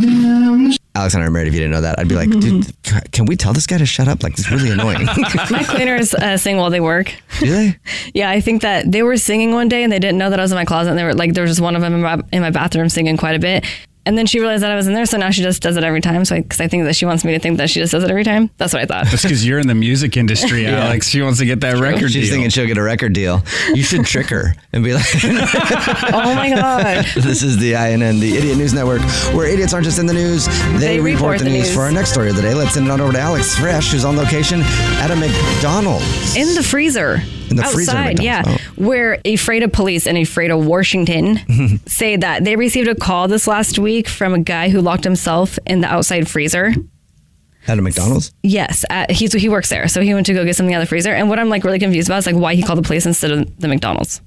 S18: the
S2: Alex and I are married. If you didn't know that, I'd be like, dude, c- can we tell this guy to shut up? Like, it's really
S3: *laughs*
S2: annoying.
S3: My cleaners uh, sing while they work.
S2: Do they?
S3: *laughs* Yeah, I think that they were singing one day and they didn't know that I was in my closet. And they were like, there was just one of them in my, in my bathroom singing quite a bit. And then she realized that I was in there, so now she just does it every time. So because I, think that she wants me to think that she just does it every time. That's what I thought.
S4: That's because you're in the music industry,
S3: Yeah.
S4: Alex. She wants to get that record
S2: She's
S4: deal.
S2: thinking she'll get a record deal. You should trick her and be like,
S3: *laughs* oh my god.
S2: *laughs* This is the INN, the Idiot News Network, where idiots aren't just in the news, they, report, the, news. For our next story of the day, let's send it on over to Alex Fresh, who's on location at a McDonald's. *laughs*
S3: in the freezer.
S2: In the freezer
S3: outside,
S2: McDonald's.
S3: yeah.
S2: Oh.
S3: Where Ephrata police in Ephrata, Washington, say that they received a call this last week from a guy who locked himself in the outside freezer.
S2: At
S3: *laughs*
S2: a McDonald's? *laughs*
S3: Yes, at, he's he works there, so he went to go get something out of the freezer. And what I'm like really confused about is like why he called the police instead of the McDonald's.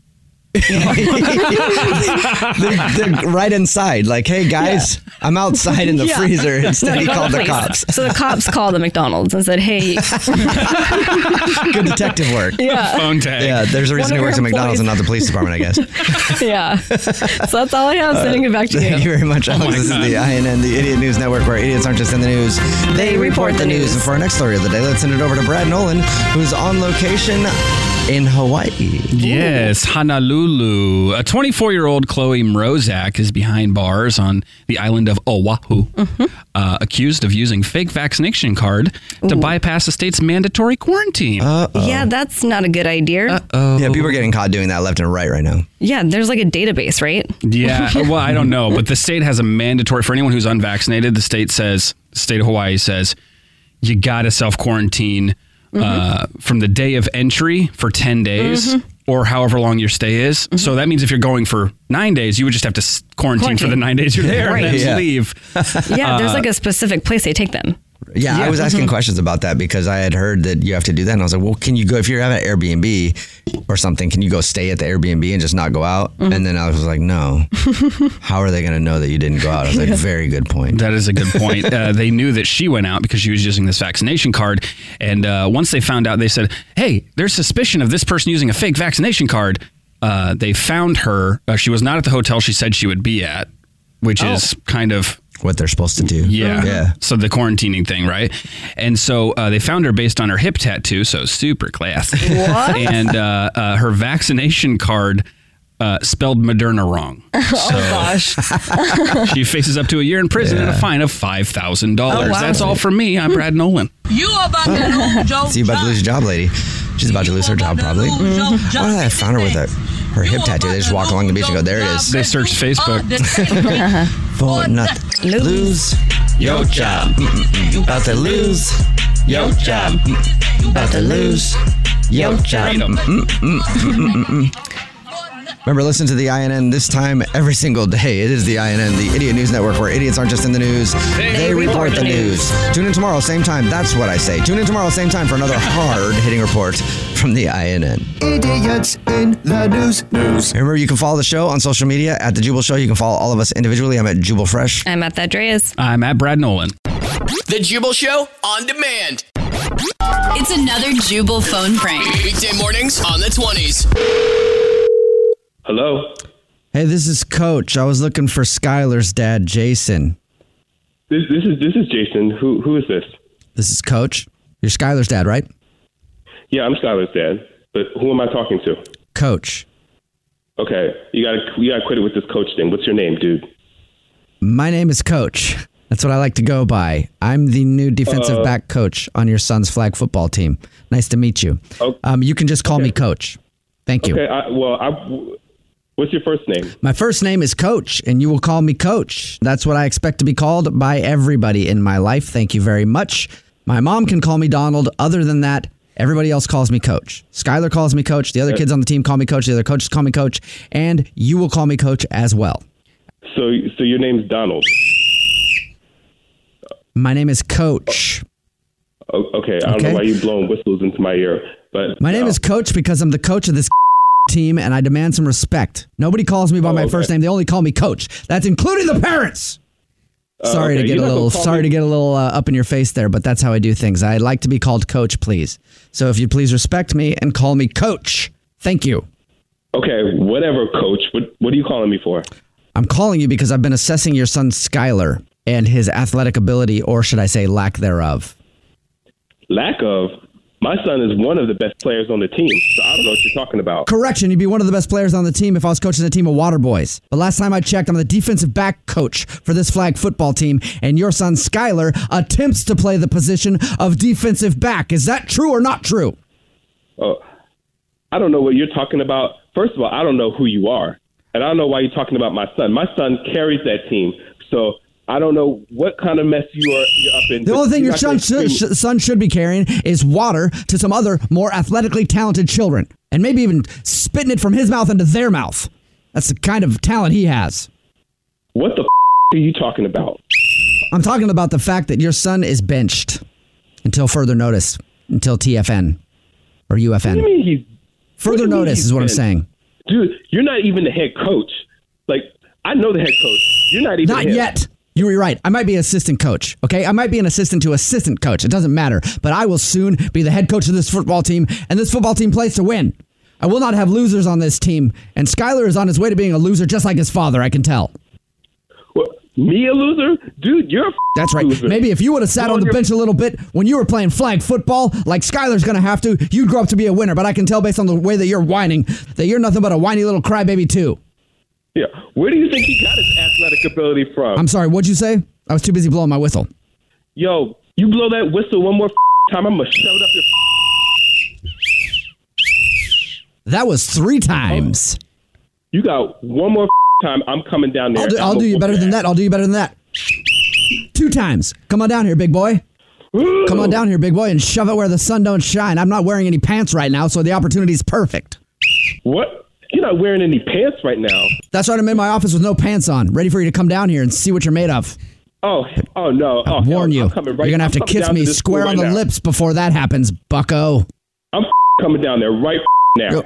S2: they're, they're right inside, like, hey guys, I'm outside in the
S3: *laughs* Yeah.
S2: *laughs* freezer. Instead, he
S3: No,
S2: called the
S3: please.
S2: cops.
S3: So the cops called the McDonald's and said, "Hey, *laughs*
S2: Good detective work.
S3: Yeah.
S4: Phone tag.
S2: Yeah, there's a reason
S3: One
S2: he
S3: of
S2: works at
S3: our
S2: McDonald's and not the police department, I guess.
S3: yeah." So that's all I have.
S2: Uh,
S3: sending it back to you.
S2: *laughs* Thank you very much,
S3: Oh
S2: Alex.
S3: my
S2: this
S3: God.
S2: is the INN, the Idiot News Network, where idiots aren't just in the news, they, report the news. And for our next story of the day, let's send it over to Brad Nolan, who's on location in Hawaii.
S4: Yes, Honolulu. A 24 year old Chloe Mrozak is behind bars on the island of Oahu, uh, accused of using fake vaccination card to bypass the state's mandatory quarantine.
S3: Yeah, that's not a good idea.
S2: Yeah, people are getting caught doing that left and right right now.
S3: yeah, there's like a database, right? *laughs*
S4: Yeah, well, I don't know, but the state has a mandatory for anyone who's unvaccinated. The state says, state of Hawaii says, you got to self quarantine uh,
S3: Mm-hmm.
S4: from the day of entry for ten days.
S6: Mhm.
S4: Or however long your stay is.
S3: Mm-hmm.
S4: So that means if you're going for nine days, you would just have to s- quarantine, for the
S3: Quarantine.
S4: nine days you're there
S3: Right.
S4: and then
S3: Yeah.
S4: leave.
S3: *laughs* Yeah, there's
S4: Uh,
S3: like a specific place they take them.
S2: Yeah, I
S3: Yeah.
S2: was asking
S3: Mhm.
S2: questions about that because I had heard that you have to do that, and I was like, "Well, can you go if you're having an Airbnb or something? Can you go stay at the Airbnb and just not go out?"
S3: Mm-hmm.
S2: And then I was like,
S3: *laughs*
S2: "No, how are they going to know that you didn't go out?" I was like, "Very good point."
S4: That is a good
S2: *laughs*
S4: point. uh, they knew that she went out because she was using this vaccination card. And uh, once they found out, they said, hey, there's suspicion of this person using a fake vaccination card. Uh, they found her. Uh, she was not at the hotel she said she would be at, which
S2: Oh.
S4: is kind of
S2: what they're supposed to do.
S4: Yeah.
S2: yeah.
S4: So the quarantining thing, right? And so uh, they found her based on her hip tattoo. So super class.
S6: What?
S4: *laughs* and uh, uh, her vaccination card uh, spelled Moderna wrong. *laughs* she faces up to a year in prison and a fine of five thousand dollars.
S6: Oh, wow.
S4: That's all from me. I'm Brad Nolan.
S6: You about to
S2: *laughs* So you about to lose your job, lady. She's about to lose her job, probably. Why did I found her with a, her hip tattoo? They just walk along the beach and go, there it is.
S4: They searched Facebook. *laughs*
S2: For nothing. Lose your job. Mm-mm-mm. About to lose your job. Mm-mm. About to lose your job. Mm, Mm-mm-mm-mm-mm-mm. mm, Remember, listen to the INN this time every single day. It is the INN, the Idiot News Network, where idiots aren't just in the news, they, report the news. Tune in tomorrow, same time. That's what I say. Tune in tomorrow, same time, for another hard hitting report from the INN.
S19: Idiots in the news.
S2: News. Remember, you can follow the show on social media at The Jubal Show. You can follow all of us individually. I'm at Jubal Fresh.
S3: I'm at that Dreas.
S4: I'm at Brad Nolan.
S5: The Jubal Show on demand.
S20: It's another Jubal phone prank.
S5: Weekday mornings on the 20s.
S2: *laughs* Hello. Hey, this is Coach. I was looking for Skylar's dad, Jason.
S12: This, this is this is Jason. Who who is this?
S2: This is Coach. You're Skylar's dad, right?
S12: Yeah, I'm Skylar's dad. But who am I talking to?
S2: Coach.
S12: Okay, you gotta you gotta quit it with this coach thing. What's your name, dude?
S2: My name is Coach. That's what I like to go by. I'm the new defensive
S12: Uh,
S2: back coach on your son's flag football team. Nice to meet you. Um, you can just call me Coach. Thank you.
S12: Okay, I, well, I, what's your first name?
S2: My first name is Coach, and you will call me Coach. That's what I expect to be called by everybody in my life. Thank you very much. My mom can call me Donald. Other than that, everybody else calls me Coach. Skylar calls me Coach. The other kids on the team call me Coach. The other coaches call me Coach. And you will call me Coach as well.
S12: So so your name's Donald.
S2: My name is Coach.
S12: O- Okay, I don't
S2: Okay.
S12: know why you blowing whistles into my ear, but
S2: My name is Coach because I'm the coach of this *laughs* team, and I demand some respect. Nobody calls
S12: Oh,
S2: me by my first name; they only call me Coach. That's including the parents.
S12: Uh,
S2: Sorry
S12: okay,
S2: to get
S12: you're
S2: a
S12: not
S2: little
S12: gonna call
S2: sorry
S12: me-
S2: to get a little uh, up in your face there, but that's how I do things. I like to be called Coach, please. So if you please respect me and call me Coach, thank you.
S12: okay. Whatever, coach. What what are you calling me for?
S2: I'm calling you because I've been assessing your son Skylar and his athletic ability, or should I say, lack thereof.
S12: Lack of. My son is one of the best players on the team, so I don't know what you're talking about.
S14: Correction, you'd be one of the best players on the team if I was coaching a team of water boys. But last time I checked, I'm the defensive back coach for this flag football team, and your son Skyler attempts to play the position of defensive back. Is that true or not true?
S12: Oh, I don't know what you're talking about. First of all, I don't know who you are, and I don't know why you're talking about my son. My son carries that team, so I don't know what kind of mess you are you're up in.
S14: The only thing your
S12: You're
S14: son
S12: not gonna
S14: should,
S12: scream-
S14: sh- son should be carrying is water to some other more athletically talented children, and maybe even spitting it from his mouth into their mouth. That's the kind of talent he has.
S12: What the f- are you talking about?
S14: I'm talking about the fact that your son is benched until further notice, until TFN or UFN.
S12: What do you mean he's
S14: Further
S12: What do you mean
S14: notice
S12: he's
S14: is what I'm
S12: benched?
S14: saying.
S12: Dude, you're not even the head coach. Like, I know the head coach. You're not even
S14: Not
S12: him.
S14: yet. You were right. I might be assistant coach. Okay, I might be an assistant to assistant coach. It doesn't matter. But I will soon be the head coach of this football team, and this football team plays to win. I will not have losers on this team, and Skyler is on his way to being a loser, just like his father. I can tell.
S12: Me a loser, dude? You're a
S14: that's right. Maybe if you would have sat on the bench a little bit when you were playing flag football, like Skyler's going to have to, you'd grow up to be a winner. But I can tell based on the way that you're whining that you're nothing but a whiny little crybaby too.
S12: Yeah. Where do you think he got his athletic ability from?
S14: I'm sorry. What'd you say? I was too busy blowing my whistle.
S12: Yo, you blow that whistle one more f- time, I'm gonna shove it up your. f-
S14: That was three times.
S12: Oh, You got one more f- time, I'm coming down there.
S14: I'll do, I'll do you better than that. I'll do you better than that. Two times. Come on down here, big boy. Come on down here, big boy, and shove it where the sun don't shine. I'm not wearing any pants right now, so the opportunity's perfect.
S12: What? You're not wearing any pants right now.
S14: That's right. I'm in my office with no pants on, ready for you to come down here and see what you're made of.
S12: Oh, oh no! Oh, I'm
S14: Warn you,
S12: coming right-
S14: you're gonna have
S12: I'm
S14: to
S12: coming
S14: kiss
S12: down
S14: me
S12: to this
S14: square
S12: school
S14: on the
S12: right now.
S14: lips before that happens, Bucko.
S12: I'm f- coming down there right f- now.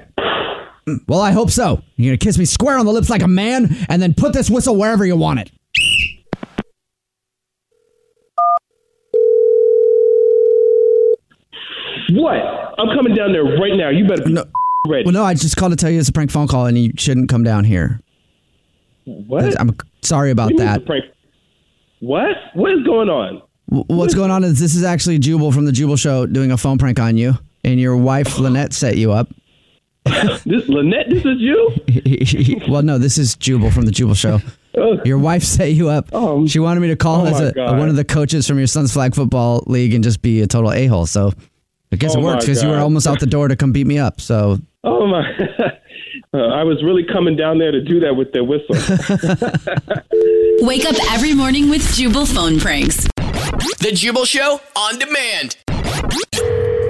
S14: Mm, Well, I hope so. You're gonna kiss me square on the lips like a man, and then put this whistle wherever you want it.
S12: What? I'm coming down there right now. You better be f- ready.
S14: Well, no, I just called to tell you it's a prank phone call, and you shouldn't come down here.
S12: What?
S14: I'm sorry about
S12: What do you mean
S14: that.
S12: it's a prank? What? What is going on? *coughs*
S14: W- What's going on is this is actually Jubal from the Jubal Show doing a phone prank on you, and your wife Lynette set you up. *laughs*
S12: This Lynette, this is you.
S14: well, no, this is Jubal from the
S12: *laughs*
S14: Jubal Show. Your wife set you up. she wanted me to call
S12: oh
S14: as
S12: my
S14: a,
S12: God.
S14: one of the coaches from your son's flag football league and just be a total a hole. So I guess
S12: Oh
S14: it
S12: my
S14: works because you were
S12: God.
S14: almost out the door to come beat me up. So
S12: Oh my! *laughs* Uh, I was really coming down there to do that with the whistle.
S21: Wake up every morning with Jubal phone pranks.
S5: The Jubal Show on demand.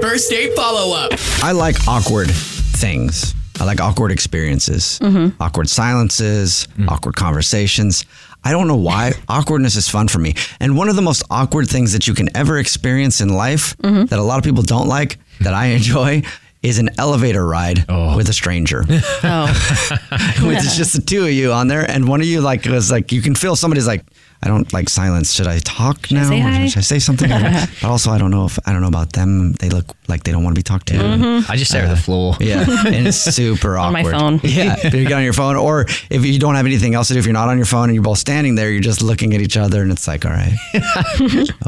S5: First date follow up.
S2: I like awkward things. I like awkward experiences,
S14: Mm-hmm.
S5: Mhm.
S2: awkward silences, awkward conversations. I don't know why. Awkwardness is fun for me. And one of the most awkward things that you can ever experience in life
S14: Mm-hmm.
S2: that a lot of people don't like, that I enjoy, is an elevator ride with a stranger. *laughs* Which is just the two of you on there. And one of you, like, was like, you can feel somebody's like, I don't like silence. Should I talk
S14: I
S2: now?
S14: say
S2: Or
S14: hi?
S2: should I say
S14: *laughs*
S2: something? I don't- but also, I don't know if I don't know about them. They look like they don't want to be talked to. Uh,
S13: Mhm. I just stare at the floor.
S2: Yeah, and
S13: *laughs*
S2: it's super
S13: On
S2: awkward.
S13: my phone. *laughs*
S2: Yeah, if you get on your phone, or if you don't have anything else to do, if you're not on your phone and you're both standing there, you're just looking at each other, and it's like, all
S13: *laughs*
S2: right,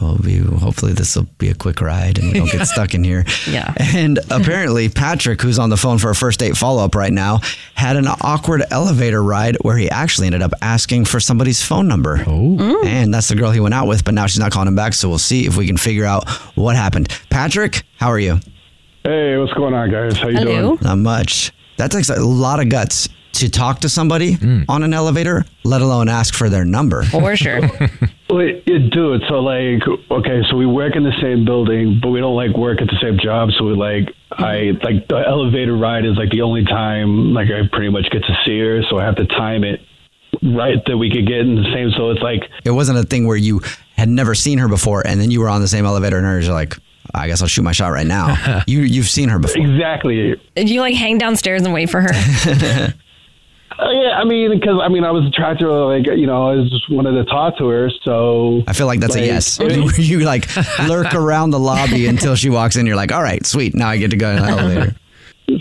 S2: oh, we, hopefully this will be a quick ride, and we don't get stuck in here. Yeah. And apparently, Patrick, who's on the phone for a first date follow up right now, had an awkward elevator ride where he actually ended up asking for somebody's phone number. Oh.
S3: Mm.
S2: And that's the girl he went out with, but now she's not calling him back. So we'll see if we can figure out what happened. Patrick, how are you?
S17: Hey, what's going on, guys? How you doing?
S2: Not much. That takes a lot of guts to talk to somebody on an elevator, let alone ask for their number.
S3: For sure.
S17: Wait, yeah, dude. So like, okay, so we work in the same building, but we don't like work at the same job. So we like, I like the elevator ride is like the only time like I pretty much get to see her. So I have to time it right that we could get in the same. So it's like,
S2: It wasn't a thing where you had never seen her before, and then you were on the same elevator, and you're like, "I guess I'll shoot my shot right now." you you've seen her before, *laughs*
S17: exactly.
S3: Did you like hang downstairs and wait for her?
S17: Uh, yeah, I mean, because I mean, I was attracted to her, like you know, I just wanted to talk to her. So
S2: I feel like that's a yes. *laughs* you like lurk around the lobby until she walks in. You're like, "All right, sweet. Now I get to go in the elevator."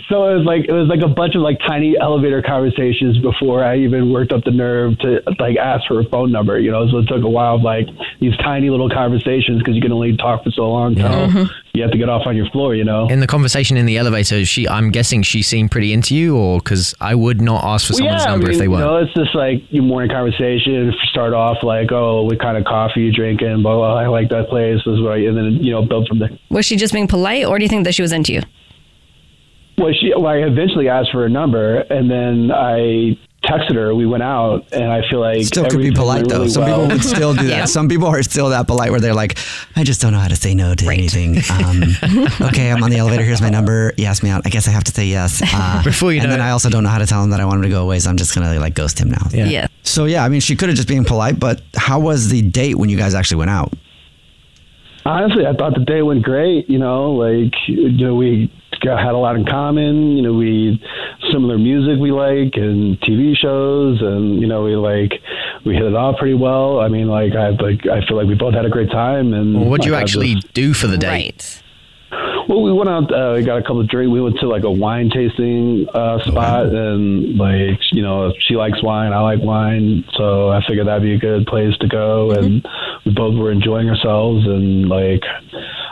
S17: So it was like it was like a bunch of like tiny elevator conversations before I even worked up the nerve to like ask for a phone number. You know, so it took a while of like these tiny little conversations because you can only talk for so long. till
S13: Mhm.
S17: you have to get off on your floor. You know.
S13: In the conversation in the elevator, she I'm guessing she seemed pretty into you, or because I would not ask for
S17: Well,
S13: someone's
S17: yeah, I
S13: number if
S17: mean,
S13: they weren't.
S17: You know, it's just like your morning conversation. Start off like, oh, what kind of coffee you drinking? Blah blah. I like that place. This is where I, and then you know build from there.
S3: Was she just being polite, or do you think that she was into you?
S17: Well, she well, I eventually asked for her number, and then I texted her. We went out, and I feel like
S2: Still could be
S17: everything
S2: polite
S17: went
S2: though.
S17: really
S2: Some
S17: well.
S2: people would still do
S17: *laughs*
S2: that. Some people are still that polite where they're like, I just don't know how to say no to anything. Um, okay, I'm on the elevator. Here's my number. You asked me out. I guess I have to say yes.
S17: *laughs*
S2: Uh,
S13: Before you
S2: and
S13: know
S2: then
S13: it.
S2: I also don't know how to tell him that I want him to go away, so I'm just gonna like ghost him now.
S13: Yeah. Yeah.
S2: So yeah, I mean, she could have just been polite, but how was the date when you guys actually went out?
S17: Honestly, I thought the day went great. You know, like you know, we got, had a lot in common. You know, we similar music we like and TV shows, and you know, we like we hit it off pretty well. I mean, like I like I feel like we both had a great time. And
S13: Well, what'd you
S17: like, I
S13: actually
S17: just-
S13: do for the date?
S17: Well, we went out. Uh, we got a couple of drinks. We went to like a wine tasting uh, spot,
S2: Uh-huh.
S17: and like you know, she likes wine, I like wine, so I figured that'd be a good place to go.
S2: Mm-hmm.
S17: And we both were enjoying ourselves, and like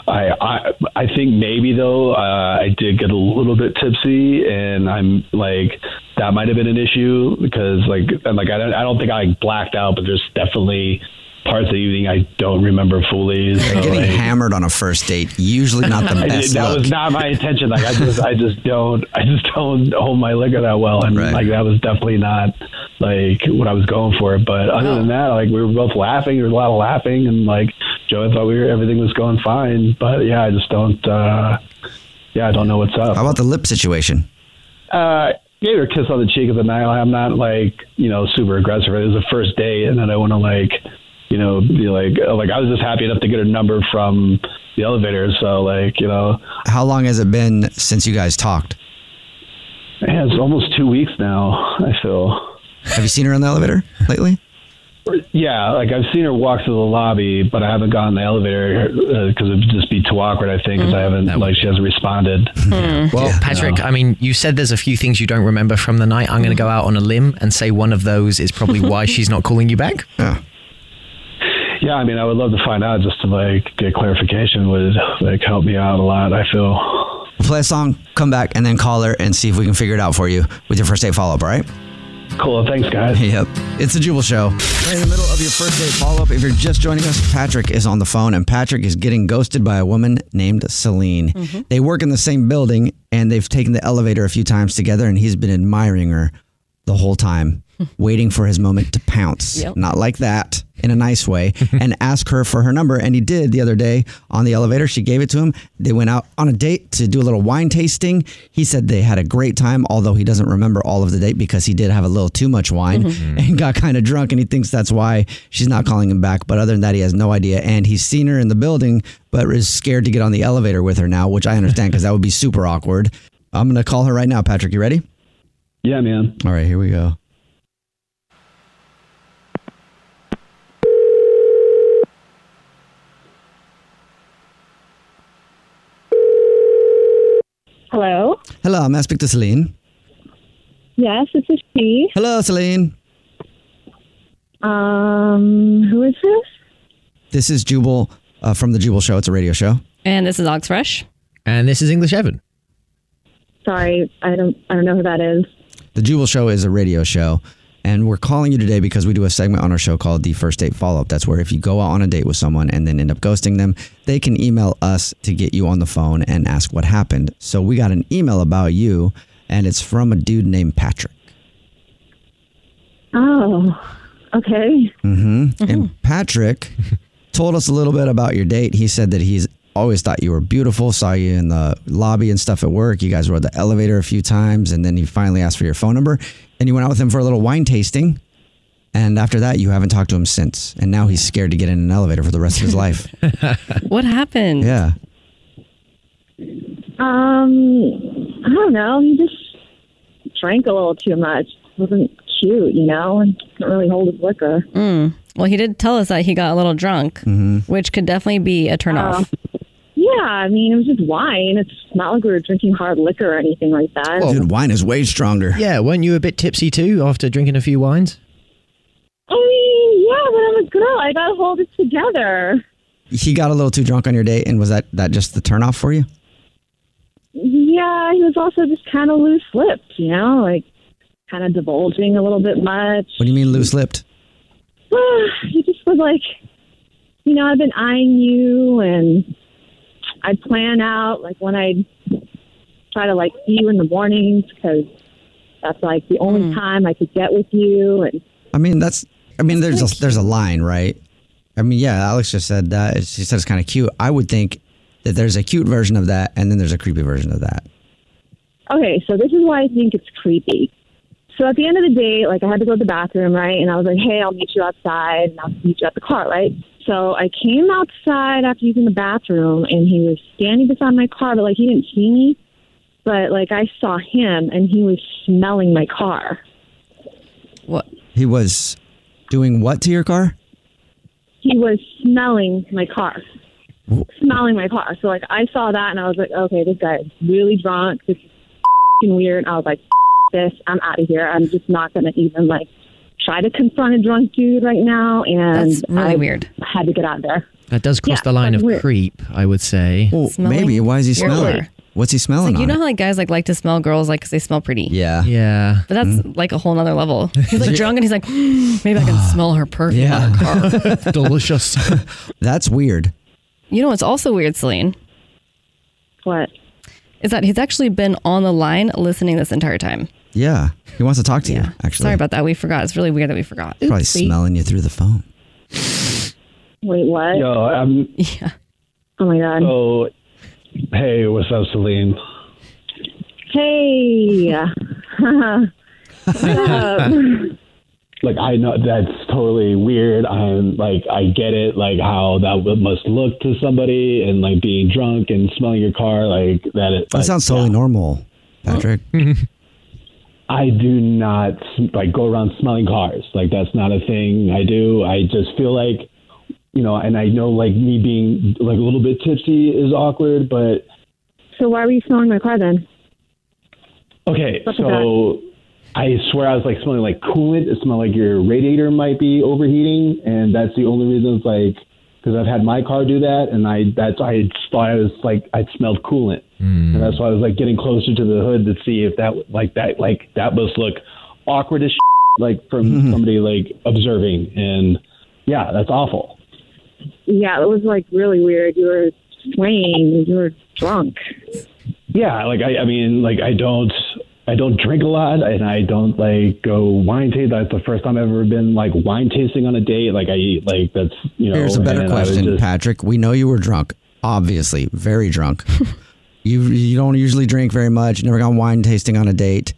S17: I, I, I think maybe though uh, I did get a little bit tipsy, and I'm like that might have been an issue because like and, like I don't, I don't think I blacked out, but there's definitely. Parts of the evening I don't remember
S2: *laughs*
S17: fully. So
S2: Getting
S17: like,
S2: hammered on a first date usually not the
S17: *laughs* I
S2: best.
S17: did- that
S2: look.
S17: was not my intention. Like I just, I just don't, I just don't hold my liquor that well, and like that was definitely not like what I was going for. But other than that, like we were both laughing. There was a lot of laughing, and like Joey thought we were everything was going fine. But yeah, I just don't. uh Yeah, I don't know what's up. How
S2: about the lip situation?
S17: Uh, gave her a kiss on the cheek of the night. Like, I'm not like you know super aggressive. It was the first date, and I don't want to like you know be like like I was just happy enough to get a number from the elevator. So like you know.
S2: How long has it been since you guys talked?
S17: Yeah, it's almost two weeks now. I feel.
S2: Have you seen her in the elevator lately?
S17: Yeah, like I've seen her walk through the lobby, but I haven't gone in the elevator uh, because it'd just be too awkward. I think 'cause I haven't like she hasn't responded.
S13: Well, Patrick, I mean, you said there's a few things you don't remember from the night. I'm going to go out on a limb and say one of those is
S17: *laughs*
S13: probably why she's not calling you back.
S17: Yeah, I mean, I would love to find out just to like get clarification would like help me out a lot. I feel.
S2: We'll play a song, come back, and then call her and see if we can figure it out for you with your first date follow up, all right?
S17: Cool. Thanks, guys.
S2: *laughs* Yep. It's the Jubal Show. Right in the middle of your first date follow up, if you're just joining us, Patrick is on the phone, and Patrick is getting ghosted by a woman named Celine.
S14: Mhm.
S2: They work in the same building, and they've taken the elevator a few times together, and he's been admiring her the whole time, waiting for his moment to pounce.
S14: Yep.
S2: Not like that, in a nice way, and ask her for her number. And he did the other day on the elevator. She gave it to him. They went out on a date to do a little wine tasting. He said they had a great time, although he doesn't remember all of the date because he did have a little too much wine *laughs*
S14: Mhm.
S2: and got kind of drunk. And he thinks that's why she's not calling him back. But other than that, he has no idea. And he's seen her in the building, but is scared to get on the elevator with her now, which I understand because that would be super awkward. I'm going to call her right now, Patrick. You ready?
S17: Yeah, man.
S2: All right, here we go.
S6: Hello.
S2: Hello, may I speak to Celine?
S6: Yes, this is she.
S2: Hello, Celine.
S6: Um, who is this?
S2: This is Jubal uh, from the Jubal Show. It's a radio show.
S3: And this is Ox Fresh.
S13: And this is English Evan.
S6: Sorry, I don't. I don't know who that is.
S2: The Jubal Show is a radio show. And we're calling you today because we do a segment on our show called the First Date Follow Up. That's where if you go out on a date with someone and then end up ghosting them, they can email us to get you on the phone and ask what happened. So we got an email about you, and it's from a dude named Patrick.
S6: Oh, okay.
S2: hmm And Patrick told us a little bit about your date. He said that he's always thought you were beautiful, saw you in the lobby and stuff at work. You guys rode the elevator a few times, and then he finally asked for your phone number. And you went out with him for a little wine tasting. And after that, you haven't talked to him since. And now he's scared to get in an elevator for the rest of his life.
S3: *laughs* What happened?
S2: Yeah.
S6: Um, I don't know. He just drank a little too much. wasn't cute, you know, and didn't really hold his liquor.
S3: Hmm. Mm. Well, he did tell us that he got a little drunk,
S2: Mhm.
S3: which could definitely be a turnoff.
S6: Yeah,
S14: Yeah, I mean, it was just wine. It's not like we were drinking hard liquor or anything like that.
S2: Dude, wine is way stronger.
S13: Yeah, weren't you a bit tipsy too after drinking a few wines?
S14: I mean, yeah, but I'm a girl. I gotta hold it together.
S2: He got a little too drunk on your date, and was that that just the turnoff for you?
S14: Yeah, he was also just kind of loose lipped, you know, like kind of divulging a little bit much.
S2: What do you mean loose lipped?
S14: *sighs* he just was like, you know, I've been eyeing you, and I'd plan out like when I'd try to like see you in the mornings because that's like the only time I could get with you, and
S2: I mean, that's. I mean, there's a, there's a line, right? I mean, yeah, Alex just said that. She said it's kind of cute. I would think that there's a cute version of that, and then there's a creepy version of that.
S14: Okay, so this is why I think it's creepy. So at the end of the day, like I had to go to the bathroom, right? And I was like, hey, I'll meet you outside and I'll meet you at the car, right? So I came outside after using the bathroom and he was standing beside my car, but like he didn't see me. But like I saw him and he was smelling my car.
S2: What? He was doing what to your car? *laughs*
S14: He was smelling my car. Smelling my car. So like I saw that and I was like, okay, this guy is really drunk. This is fing weird. I was like, "F- this, I'm out of here. I'm just not gonna even like try to confront a drunk dude right now. And
S13: That's really
S14: I
S13: weird.
S14: Had to get out of there.
S13: That does cross
S14: Yeah,
S13: the line
S14: that's
S13: of
S14: weird.
S13: creep, I would say.
S2: Well,
S3: Smelling Oh, maybe. Why is he your smelling? car.
S2: What's he
S3: It's
S2: smelling
S3: like you know how like guys like like to smell girls like 'cause they smell pretty.
S2: Yeah. Mm-hmm.
S13: Yeah.
S3: But that's like a whole nother
S2: *laughs*
S3: level. He's like drunk and he's like, *gasps* "Mm, maybe I
S2: *sighs*
S3: can smell her perfume on her car.
S2: *laughs* Delicious. That's weird.
S3: You know what's also weird, Celine?
S14: What?
S3: Is that he's actually been on the line listening this entire time.
S2: Yeah. He wants to talk to you, actually.
S3: Sorry about that. We forgot. It's really weird that we forgot.
S2: Probably smelling you through the phone.
S14: Wait, what?
S17: Yo, I'm.
S3: Yeah.
S14: Oh my god.
S17: So, hey, what's up, Celine?
S14: Hey. *laughs* What's up?
S17: Like I know that's totally weird. I'm like I get it, like how that would- must look to somebody, and like being drunk and smelling your car, like that. It,
S2: That
S17: like,
S2: sounds totally normal, Patrick. *laughs*
S17: I do not sm- like go around smelling cars. Like that's not a thing I do. I just feel like, you know, and I know like me being like a little bit tipsy is awkward, but
S14: so why were you smelling my car then?
S17: okay.
S14: What's
S17: So I swear I was like smelling like coolant. It smelled like your radiator might be overheating, and that's the only reason it's like because I've had my car do that, and I that's I thought I was like I smelled coolant,
S2: Mm.
S17: and that's why I was like getting closer to the hood to see if that like that like that must look awkward as shit, like from
S2: Mm-hmm.
S17: somebody like observing, and yeah, that's awful.
S14: Yeah, it was like really weird. You were swaying. You were drunk.
S17: Yeah, like I, I mean, like I don't, I don't drink a lot, and I don't like go wine taste. That's the first time I've ever been like wine tasting on a date. Like I, eat like that's you know.
S2: Here's a better
S17: and I was
S2: question,
S17: just-
S2: Patrick. We know you were drunk, obviously, very
S17: *laughs*
S2: drunk. you you don't usually drink very much. Never gone wine tasting on a date.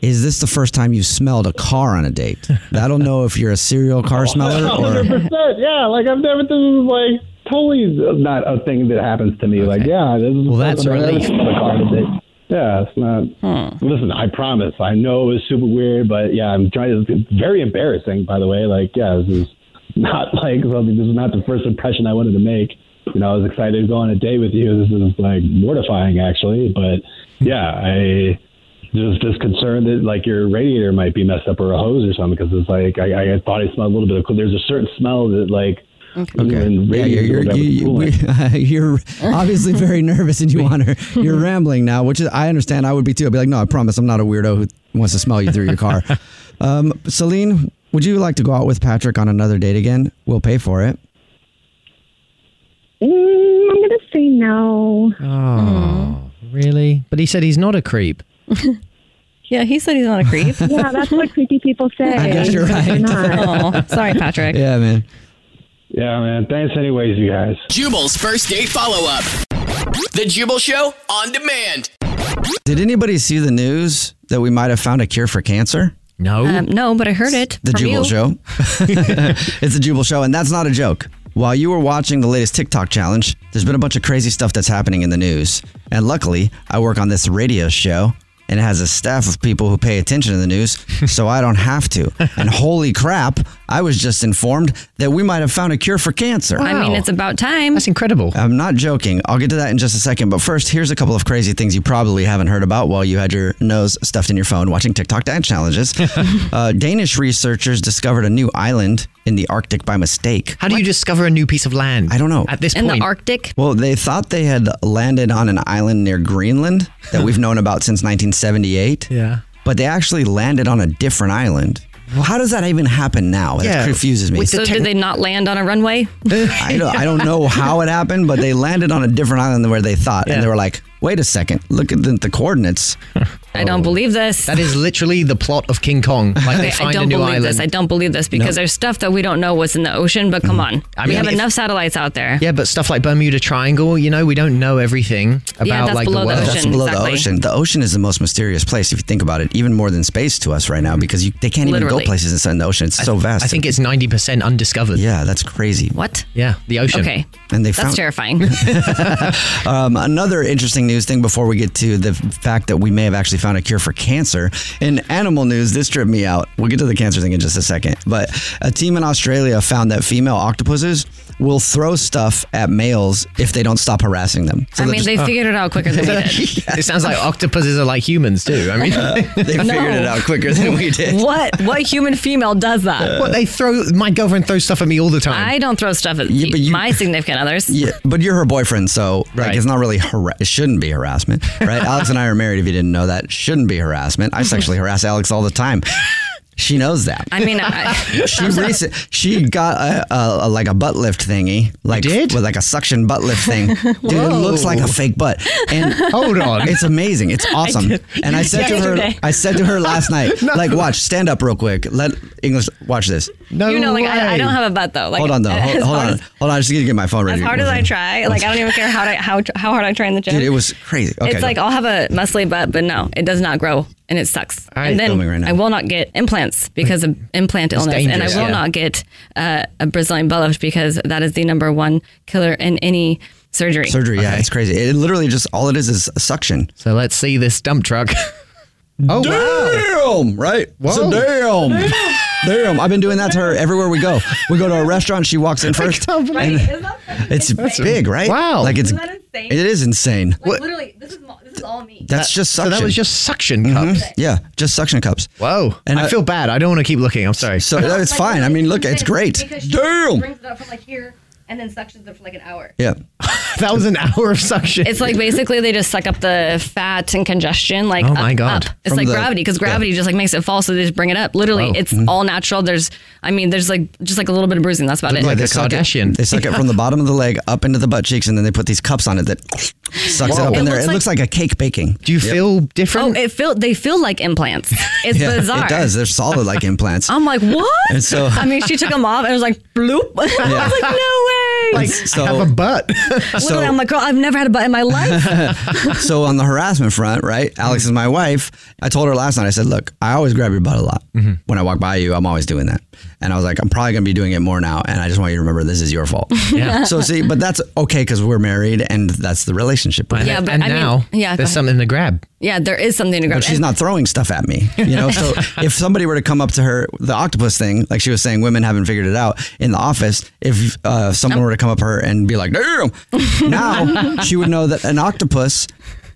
S2: Is this the first time you smelled a car on a date? That'll know if you're a serial
S17: *laughs* Oh,
S2: car smeller or
S17: 100%, yeah, like I've never. This is like totally not a thing that happens to me. Like yeah, this is well,
S13: that's a relief.
S17: Yeah, it's not. Listen, I promise. I know it was super weird, but yeah, I'm trying. It's very embarrassing, by the way. Like, yeah, this is not *laughs* like something. This is not the first impression I wanted to make. You know, I was excited to go on a date with you. This is like mortifying, actually. But yeah, I just just concerned that like your radiator might be messed up or a hose or something because it's like I, I thought I smelled a little bit of. There's a certain smell that like.
S2: Okay.
S17: even
S2: Yeah,
S17: radiators
S2: you're, you're,
S17: don't have a
S2: you,
S17: coolant.
S2: we- *laughs* you're obviously very
S17: *laughs*
S2: nervous and you want to. You're rambling now, which is, I understand. I would be too. I'd be like, no, I promise I'm not a weirdo who wants to smell you through
S17: *laughs*
S2: your car. um, Celine, would you like to go out with Patrick on another date again? We'll pay for it.
S14: Mm, I'm gonna say no.
S13: Oh,
S3: Mm-hmm.
S13: really? But he said he's not a creep.
S3: Yeah, he said he's not a creep.
S14: yeah, that's what creepy
S3: *laughs*
S14: people say.
S3: I guess *laughs* you're right. Oh,
S2: *laughs*
S3: *laughs* sorry, Patrick.
S2: Yeah, man.
S17: Yeah, man. Thanks, anyways, you guys.
S5: Jubal's first date follow up. The Jubal Show on demand.
S2: Did anybody see the news that we might have found a cure for cancer?
S13: No.
S3: Um, no, but I heard it.
S2: The
S3: from
S2: Jubal
S3: you.
S2: Show.
S3: *laughs*
S2: it's the Jubal Show, *laughs* and that's not a joke. While you were watching the latest TikTok challenge, there's been a bunch of crazy stuff that's happening in the news. And luckily, I work on this radio show and it has a staff of people who pay attention to the news, so I don't have to. And holy crap, I was just informed that we might have found a cure for cancer.
S3: I mean, it's about time.
S2: That's
S13: incredible.
S2: I'm not joking. I'll get to that in just a second. But first, here's a couple of crazy things you probably haven't heard about while you had your nose stuffed in your phone watching TikTok dance
S13: *laughs*
S2: challenges. uh, Danish researchers discovered a new island in the Arctic by mistake.
S13: How do you discover a new piece of land?
S2: I don't know.
S13: At this
S3: In the Arctic?
S2: Well, they thought they had landed on an island near Greenland that we've known about since 1978.
S13: Yeah.
S2: But they actually landed on a different island. How does that even happen now?
S3: Yeah.
S2: That confuses me.
S3: so did they not land on a runway?
S2: *laughs* I don't,
S3: *laughs*
S2: I don't know how it happened, but they landed on a different island than where they thought.
S3: Yeah.
S2: And they were like, wait a second, look at the, the coordinates.
S3: I don't believe this.
S13: That is literally the plot of King Kong. Like they
S3: Okay, I
S13: find
S3: don't
S13: a new
S3: believe
S13: island.
S3: this. I don't believe this because
S13: No.
S3: there's stuff that we don't know what's in the ocean. But
S2: Mm.
S3: come on,
S13: I
S3: we
S13: mean,
S3: have
S13: if-
S3: enough satellites out there.
S13: Yeah, but stuff like Bermuda Triangle, you know, we don't know everything about
S3: Yeah, that's
S13: like
S3: below the
S13: the world.
S3: ocean,
S2: That's below the ocean. The ocean is the most mysterious place if you think about it, even more than space to us right now because you, they can't even
S13: Literally.
S2: go places inside the ocean. It's
S13: I-
S2: so vast.
S13: I think it's 90% undiscovered.
S2: Yeah, that's crazy.
S3: What?
S13: Yeah, the ocean.
S3: Okay,
S2: And they
S3: that's
S2: found- *laughs*
S3: terrifying.
S2: um, another interesting news thing before we get to the fact that we may have actually found a cure for cancer. In animal news, this tripped me out. We'll get to the cancer thing in just a second. But a team in Australia found that female octopuses will throw stuff at males if they don't stop harassing them.
S3: I
S2: they'll uh,
S3: mean, they figured it out quicker than
S2: *laughs*
S3: we did.
S13: It sounds like octopuses are like humans too.
S3: *laughs*
S13: I mean,
S2: they
S3: No. figured it out quicker than we
S2: did. Uh,
S3: What? What human female does that?
S13: What they throw? My girlfriend throws stuff at me all the time.
S3: I don't throw stuff at my significant
S2: *laughs*
S3: others.
S2: Yeah, but you're her boyfriend, so like it's not really har- it shouldn't be harassment,
S3: *laughs*
S2: right? Alex and I are married. If you didn't know that, shouldn't be harassment. I sexually harass Alex all the
S3: *laughs*
S2: time. She knows that.
S3: I mean, I, *laughs*
S2: she recent, she got a, a, a- like a butt lift thingy, like with like a suction butt lift thing. Dude, it
S14: *laughs* Whoa.
S2: looks like a fake butt. And
S14: Hold on.
S2: it's amazing. It's awesome.
S14: did-
S2: and I
S14: you
S2: said
S14: did
S2: to her,
S14: yesterday.
S2: I said to her last night,
S14: *laughs* No.
S2: like, watch, stand up real quick. Let English watch this.
S13: No,
S3: you know, like I, I don't have a butt though. Like, *laughs*
S2: hold on though.
S3: as
S2: Hold, hold
S3: hard
S2: on.
S3: as-
S2: hold on. I just need to get my phone ready.
S3: As hard as I try, like I don't even care how I, how how hard I try in the gym.
S2: Dude, it was crazy. Okay,
S3: it's
S2: go.
S3: like I'll have a muscly butt, but no, it does not grow and it sucks.
S2: I
S3: and
S2: am
S3: then
S2: filming right now.
S3: I will not get implants because of implant
S2: It's
S3: illness, and I
S2: dangerous,
S3: will
S2: yeah.
S3: not get uh, a Brazilian butt lift because that is the number one killer in any surgery.
S2: Surgery,
S3: *laughs*
S2: yeah, it's crazy. It literally just all it is is a suction.
S13: So let's see this dump truck. *laughs*
S2: oh wow! Damn, right? So damn. Damn, I've been doing that to her everywhere we go. We go to a restaurant, she walks in first.
S13: can't believe
S2: and it's big, right?
S13: Wow.
S2: Like it's
S13: Isn't that
S2: it is insane.
S3: literally, this is this is all me.
S2: That's just
S13: So
S2: suction. Mm-hmm.
S13: that was just suction cups.
S2: Yeah, just suction cups.
S13: Whoa! And I, feel bad. I don't want to keep looking. I'm sorry.
S2: So no, it's fine. I mean, look, it's great. Damn.
S3: it up from like here and then suctions it for like an hour.
S2: Yeah.
S13: *laughs* that was an hour of suction.
S3: It's like basically they just suck up the fat and congestion. Like
S13: Oh my
S3: up,
S13: God.
S3: up. it's
S13: From
S3: like
S13: the-
S3: gravity because gravity just like makes it fall, so they just bring it up. Literally,
S13: Wow.
S3: it's
S2: Mm-hmm.
S3: all natural. There's, I mean, there's like just like a little bit of bruising. That's about it.
S2: Yeah, they suck it- They suck it
S3: *laughs*
S2: from the bottom of the leg up into the butt cheeks, and then they put these cups on it that sucks it
S3: Whoa.
S2: up in
S3: It
S2: there.
S3: looks
S2: it
S3: like-
S2: looks like a cake baking.
S13: Do you feel
S2: *laughs*
S13: different?
S3: Oh, it feel they feel like implants. It's
S2: Yeah,
S3: bizarre.
S2: It does. They're
S3: *laughs*
S2: solid like implants.
S3: I'm like, what?
S2: And so-
S3: I mean, she took them off and it was like, bloop. *laughs* I was like, no way.
S2: Like, so- I have a
S3: *laughs*
S2: *laughs*
S13: butt.
S3: Literally, I'm like, girl, I've never had a butt in my life.
S2: so on the harassment front, right? Alex is my wife. I told her last night. I said, "Look, I always grab your butt a lot
S13: Mm-hmm.
S2: when I walk by you. I'm always doing that." And I was like, "I'm probably gonna be doing it more now." And I just want you to remember this is your
S3: *laughs*
S2: fault.
S13: Yeah.
S2: so see, but that's okay because we're married and that's the relationship. we're in.
S3: Yeah, but And I mean- now yeah, go there's ahead.
S13: something to grab.
S3: yeah, there is something to grab.
S2: But she's not throwing stuff at me, you know.
S13: *laughs*
S2: So if somebody were to come up to her, the octopus thing, like she was saying, women haven't figured it out in the office. If uh, someone were to come up to her and be like, "Damn," now she would know that an octopus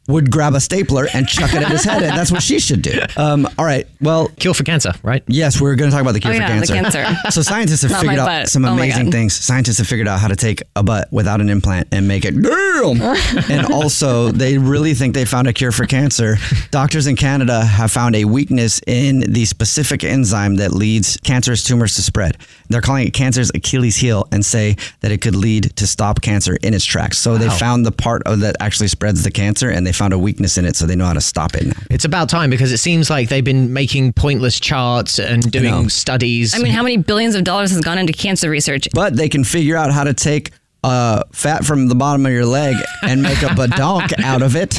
S2: would grab a stapler and chuck it at his head, and that's what she should do. Um, all right, well,
S13: cure for cancer, right?
S2: Yes, we are going to talk about the cure
S3: Oh,
S2: for
S3: yeah, the
S2: cancer.
S3: cancer.
S2: So scientists have
S3: Not
S2: figured
S3: my
S2: out
S3: butt.
S2: some
S3: Oh, my
S2: amazing
S3: God.
S2: things. Scientists have figured out how to take a butt without an implant and make it damn. and also, they really think they found a cure for cancer. Doctors in Canada have found a weakness in the specific enzyme that leads cancerous tumors to spread. They're calling it cancer's Achilles heel and say that it could lead to stop cancer in its tracks. So they
S13: Wow.
S2: found the part of that actually spreads the cancer, and they found a weakness in it, so they know how to stop it now.
S13: It's about time because it seems like they've been making pointless charts and doing studies.
S3: I mean, *laughs* how many *laughs* billions of dollars has gone into cancer research?
S2: but they can figure out how to take uh, fat from the bottom of your leg and make a badonk
S3: *laughs*
S2: out of it.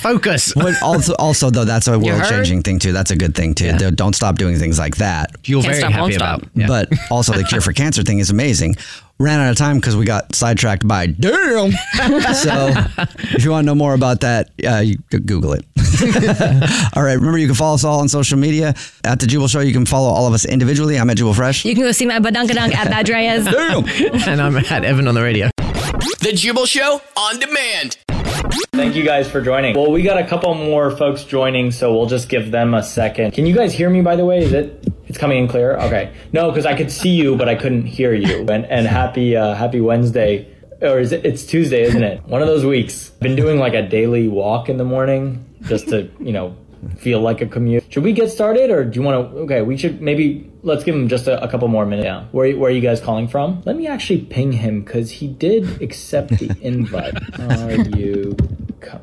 S2: *laughs*
S13: focus.
S2: But also, also though, that's a
S13: You
S2: world changing
S13: heard?
S2: thing too. That's a good thing too. Don't- Don't stop doing things like that.
S13: You're Can't very stop, happy won't about. stop. Yeah.
S2: But also, the cure for cancer thing is amazing. ran out of time because we got sidetracked
S3: *laughs*
S2: by damn. so if you want to know more about that, uh, you could Google it. *laughs* all right. Remember, you can follow us all on social media at The Jubal Show. You can follow all of us individually. I'm at Jubal Fresh.
S3: You can go see my *laughs* badunkadunk at Bad Reyes.
S13: and I'm *laughs* at Evan on the radio.
S5: The Jubal Show on demand.
S1: Thank you guys for joining. Well, we got a couple more folks joining, so we'll just give them a second. Can you guys hear me, by the way? Is it it's coming in clear? Okay. No, because I could see you, but I couldn't hear
S5: *laughs*
S1: you. And and happy uh, happy Wednesday, or is it? It's Tuesday, isn't it? One of those weeks. Been doing like a daily walk in the morning just to you know feel like a commute. Should we get started, or do you want to? Okay, we should maybe let's give him just a, a couple more minutes. Yeah. Where where are you guys calling from? Let me actually ping him because he did accept the invite. Are you? Co-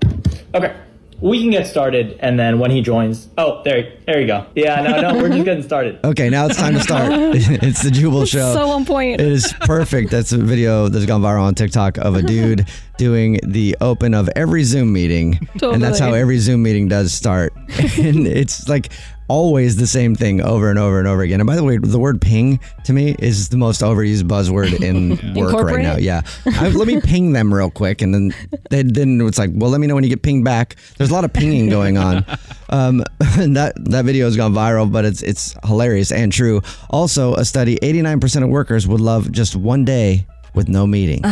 S1: okay. We can get started, and then when he joins, oh, there, there you go. Yeah, no, no, we're just getting started.
S2: Okay, now it's time to
S3: *laughs*
S2: start. it's the Jubal Show.
S3: so on point. *laughs*
S2: It is perfect. That's a video that's gone viral on TikTok of a dude doing the open of every Zoom meeting, and that's how
S3: Totally.
S2: every Zoom meeting does start. *laughs* and it's like always the same thing over and over and over again. And by the way, the word "ping" to me is the most overused buzzword in
S14: In
S2: work right
S14: corporate?
S3: *laughs*
S2: now. Yeah, I- let me ping them real quick, and then they, then it's like, well, let me know when you get pinged back. There's a lot of pinging
S3: *laughs*
S2: going on. Um, *laughs* and that that video has gone viral, but it's it's hilarious and true. Also, a study: 89% of workers would love just one day with no meeting.
S3: *sighs*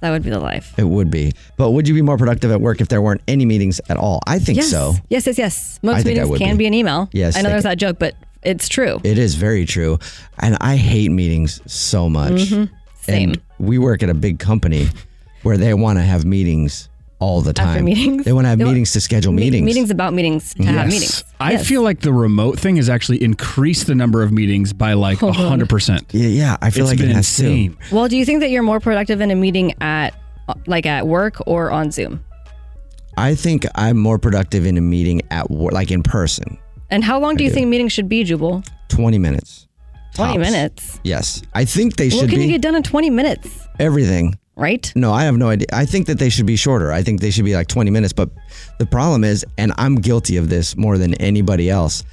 S3: that would be the life.
S2: It would be, but would you be more productive at work if there weren't any meetings at all? I think
S3: yes.
S2: so.
S3: Yes, yes, yes.
S2: I
S3: Most
S2: think I
S3: meetings
S2: would
S3: can
S2: be.
S3: be. an email.
S2: Yes,
S3: I know
S2: they
S3: there's that joke, but it's true.
S2: It is very true. And I hate meetings so much.
S3: Mhm. Same.
S2: And we work at a big company where they want to have meetings all the time.
S3: After meetings?
S2: They want to have
S3: They want-
S2: meetings to schedule
S3: Me-
S2: meetings.
S3: Meetings about meetings to have meetings.
S4: I
S3: Yes.
S4: feel like the remote thing has actually increased the number of meetings by like
S3: Hold on.
S4: 100%.
S2: Yeah, yeah, I feel like it has to.
S3: Well, do you think that you're more productive in a meeting at like at work or on Zoom?
S2: I think I'm more productive in a meeting at work, like in person,
S3: And how long do you think meetings should be, Jubal?
S2: 20 minutes.
S3: 20
S2: Tops.
S3: minutes.
S2: Yes. I think they
S3: what
S2: should
S3: can
S2: be
S3: you get done in 20 minutes?
S2: everything.
S3: Right?
S2: No, I have no idea. I think that they should be shorter. I think they should be like 20 minutes. But the problem is, and I'm guilty of this more than anybody else,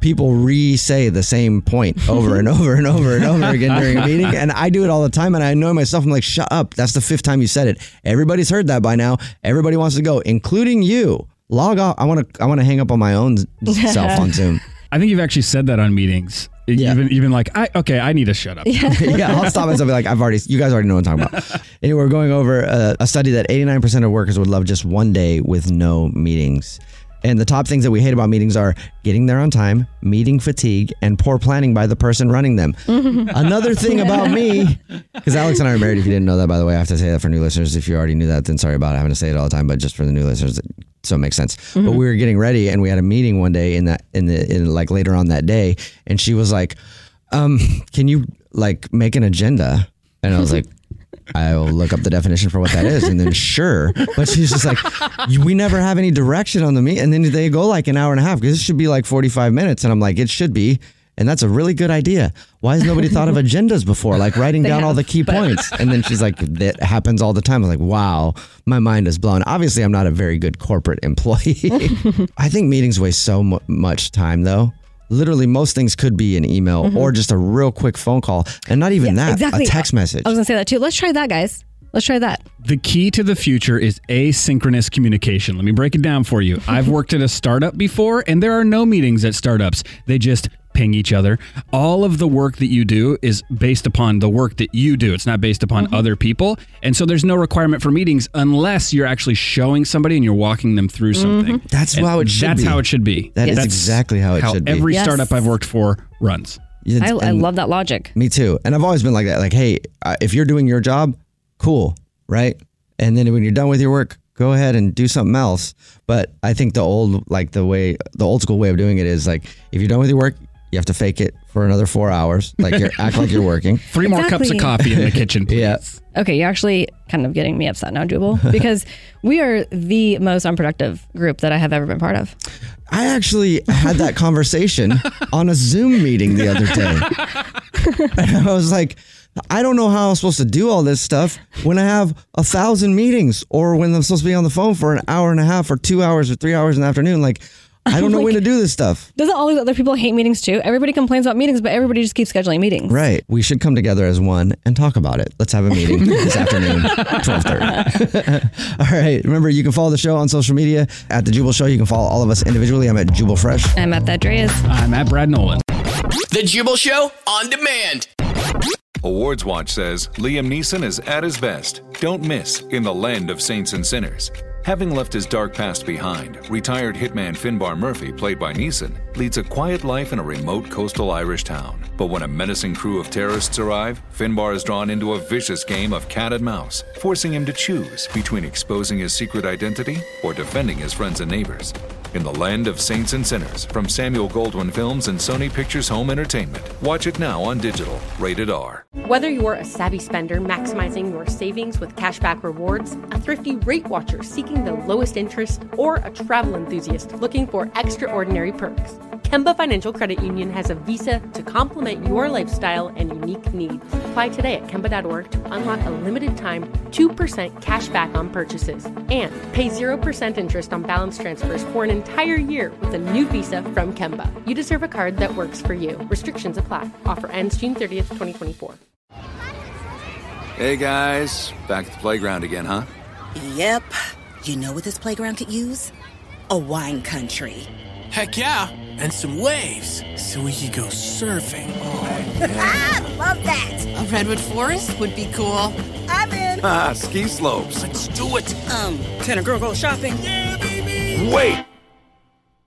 S2: people re say the same point over and over and over and over again during a meeting. And I do it all the time. And I annoy myself. I'm like, shut up. That's the fifth time you said it. Everybody's heard that by now. Everybody wants to go, including you. Log off. I want to. I want to hang up on my own
S4: *laughs*
S2: self on Zoom.
S4: I think you've actually said that on meetings. You've, been, you've been like, I, okay, I need to shut
S2: *laughs*
S4: up.
S2: Yeah. I'll stop myself and be like, I've already, you guys already know what I'm talking about. anyway, we're going over uh, a, a study that 89% of workers would love just one day with no meetings. And the top things that we hate about meetings are getting there on time, meeting fatigue, and poor planning by the person running them.
S6: *laughs*
S5: *laughs*
S2: Another thing about *laughs* me, because Alex and I are married. If you didn't know that, by the way, I have to say that for new listeners. If you already knew that, then sorry about having to say it all the time. But just for the new listeners, it- so it makes sense. But
S14: Mhm.
S2: we were getting ready, and we had a meeting one day in that in the in like later on that day, and she was like, um, "Can you like make an agenda?" And I was like. *laughs* I'll look up the definition for what that is, and then sure. But she's just like, "You- we never have any direction on the meet, and then they go like an hour and a half because this should be like forty-five minutes, and I'm like, it should be, and that's a really good idea. Why has nobody thought of agendas before? Like writing
S14: They
S2: down all
S14: have,
S2: the key
S14: but-
S2: points. And then she's like, that happens all the time. I'm like, wow, my mind is blown. Obviously, I'm not a very good corporate employee.
S14: *laughs*
S2: I think meetings waste so mu- much time, though. Literally, most things could be an email
S14: Mm-hmm.
S3: Mhm.
S2: or just a real quick phone call, and not even that,
S3: exactly.
S2: Ah, a text message.
S3: I was going to say that too. Let's try that, guys. Let's try that.
S4: The key to the future is asynchronous communication. Let me break it down
S3: *laughs*
S4: for you. I've worked at a startup before, and there are no meetings at startups. They just ping each other. All of the work that you do is based upon the work that you do, it's not based upon
S3: Uh-huh.
S4: other people. And so there's no requirement for meetings unless you're actually showing somebody and you're walking them through
S3: Mm-hmm.
S4: something.
S2: Mhm. That's
S4: And
S2: how it should
S4: That's
S2: be.
S4: how it should be.
S2: That is
S4: That's
S2: exactly how it should be.
S4: Every
S2: Yes.
S4: startup I've worked for runs.
S3: I, I
S2: And-
S3: love that logic.
S2: Me too. And I've always been like that. Like, hey, uh, if you're doing your job, cool, right? And then when you're done with your work, go ahead and do something else. But I think the old, like the way, the old school way of doing it is like, if you're done with your work, you have to fake it for another four hours. Like
S4: *laughs*
S2: you are act like you're working.
S4: Three more cups of
S3: Exactly.
S4: coffee
S2: *laughs*
S4: in the kitchen, please. Yeah.
S3: Okay, you're actually kind of getting me upset now,
S2: *laughs*
S3: Jubal, because we are the most unproductive group that I have ever been part of.
S2: I actually had that conversation on a Zoom meeting the other day. and I was like, I don't know how I'm supposed to do all this stuff when I have a thousand meetings or when I'm supposed to be on the phone for an hour and a half or two hours or three hours in the afternoon. Like, I don't know when to do this stuff.
S3: Doesn't all these other people hate meetings too? Everybody complains about meetings, but everybody just keeps scheduling
S2: *laughs*
S3: meetings.
S2: Right. We should come together as one and talk about it. Let's have a meeting this
S3: *laughs*
S2: afternoon, 1230. all right. Remember, you can follow the show on social media at The Jubal Show. You can follow all of us individually. I'm at Jubal Fresh.
S3: I'm at that Dreas.
S4: I'm at Brad Nolan.
S5: The Jubal Show on demand.
S22: Awards Watch says Liam Neeson is at his best. Don't miss in the land of saints and sinners. Having left his dark past behind, retired hitman Finbar Murphy, played by Neeson, leads a quiet life in a remote coastal Irish town. But when a menacing crew of terrorists arrive, Finbar is drawn into a vicious game of cat and mouse, forcing him to choose between exposing his secret identity or defending his friends and neighbors. In the land of saints and sinners, from Samuel Goldwyn Films and Sony Pictures Home Entertainment. Watch it now on digital. Rated R.
S23: Whether you're a savvy spender maximizing your savings with cashback rewards, a thrifty rate watcher seeking the lowest interest, or a travel enthusiast looking for extraordinary perks, Kemba Financial Credit Union has a visa to complement your lifestyle and unique needs. Apply today at Kemba.org to unlock a limited time 2% cash back on purchases and pay 0% interest on balance transfers for an entire year with a new visa from Kemba. You deserve a card that works for you. Restrictions apply. Offer ends June 30th, 2024.
S22: Hey guys, back at the playground again, huh? *laughs*
S24: Yep. You know what this playground could use? A wine country.
S5: Heck yeah, and some waves so we could go surfing.
S24: *laughs* ah, love that. A redwood forest would be cool. I'm in.
S22: Ah, ski slopes.
S24: Let's do it. Um, can a girl go shopping? Yeah, baby.
S22: Wait!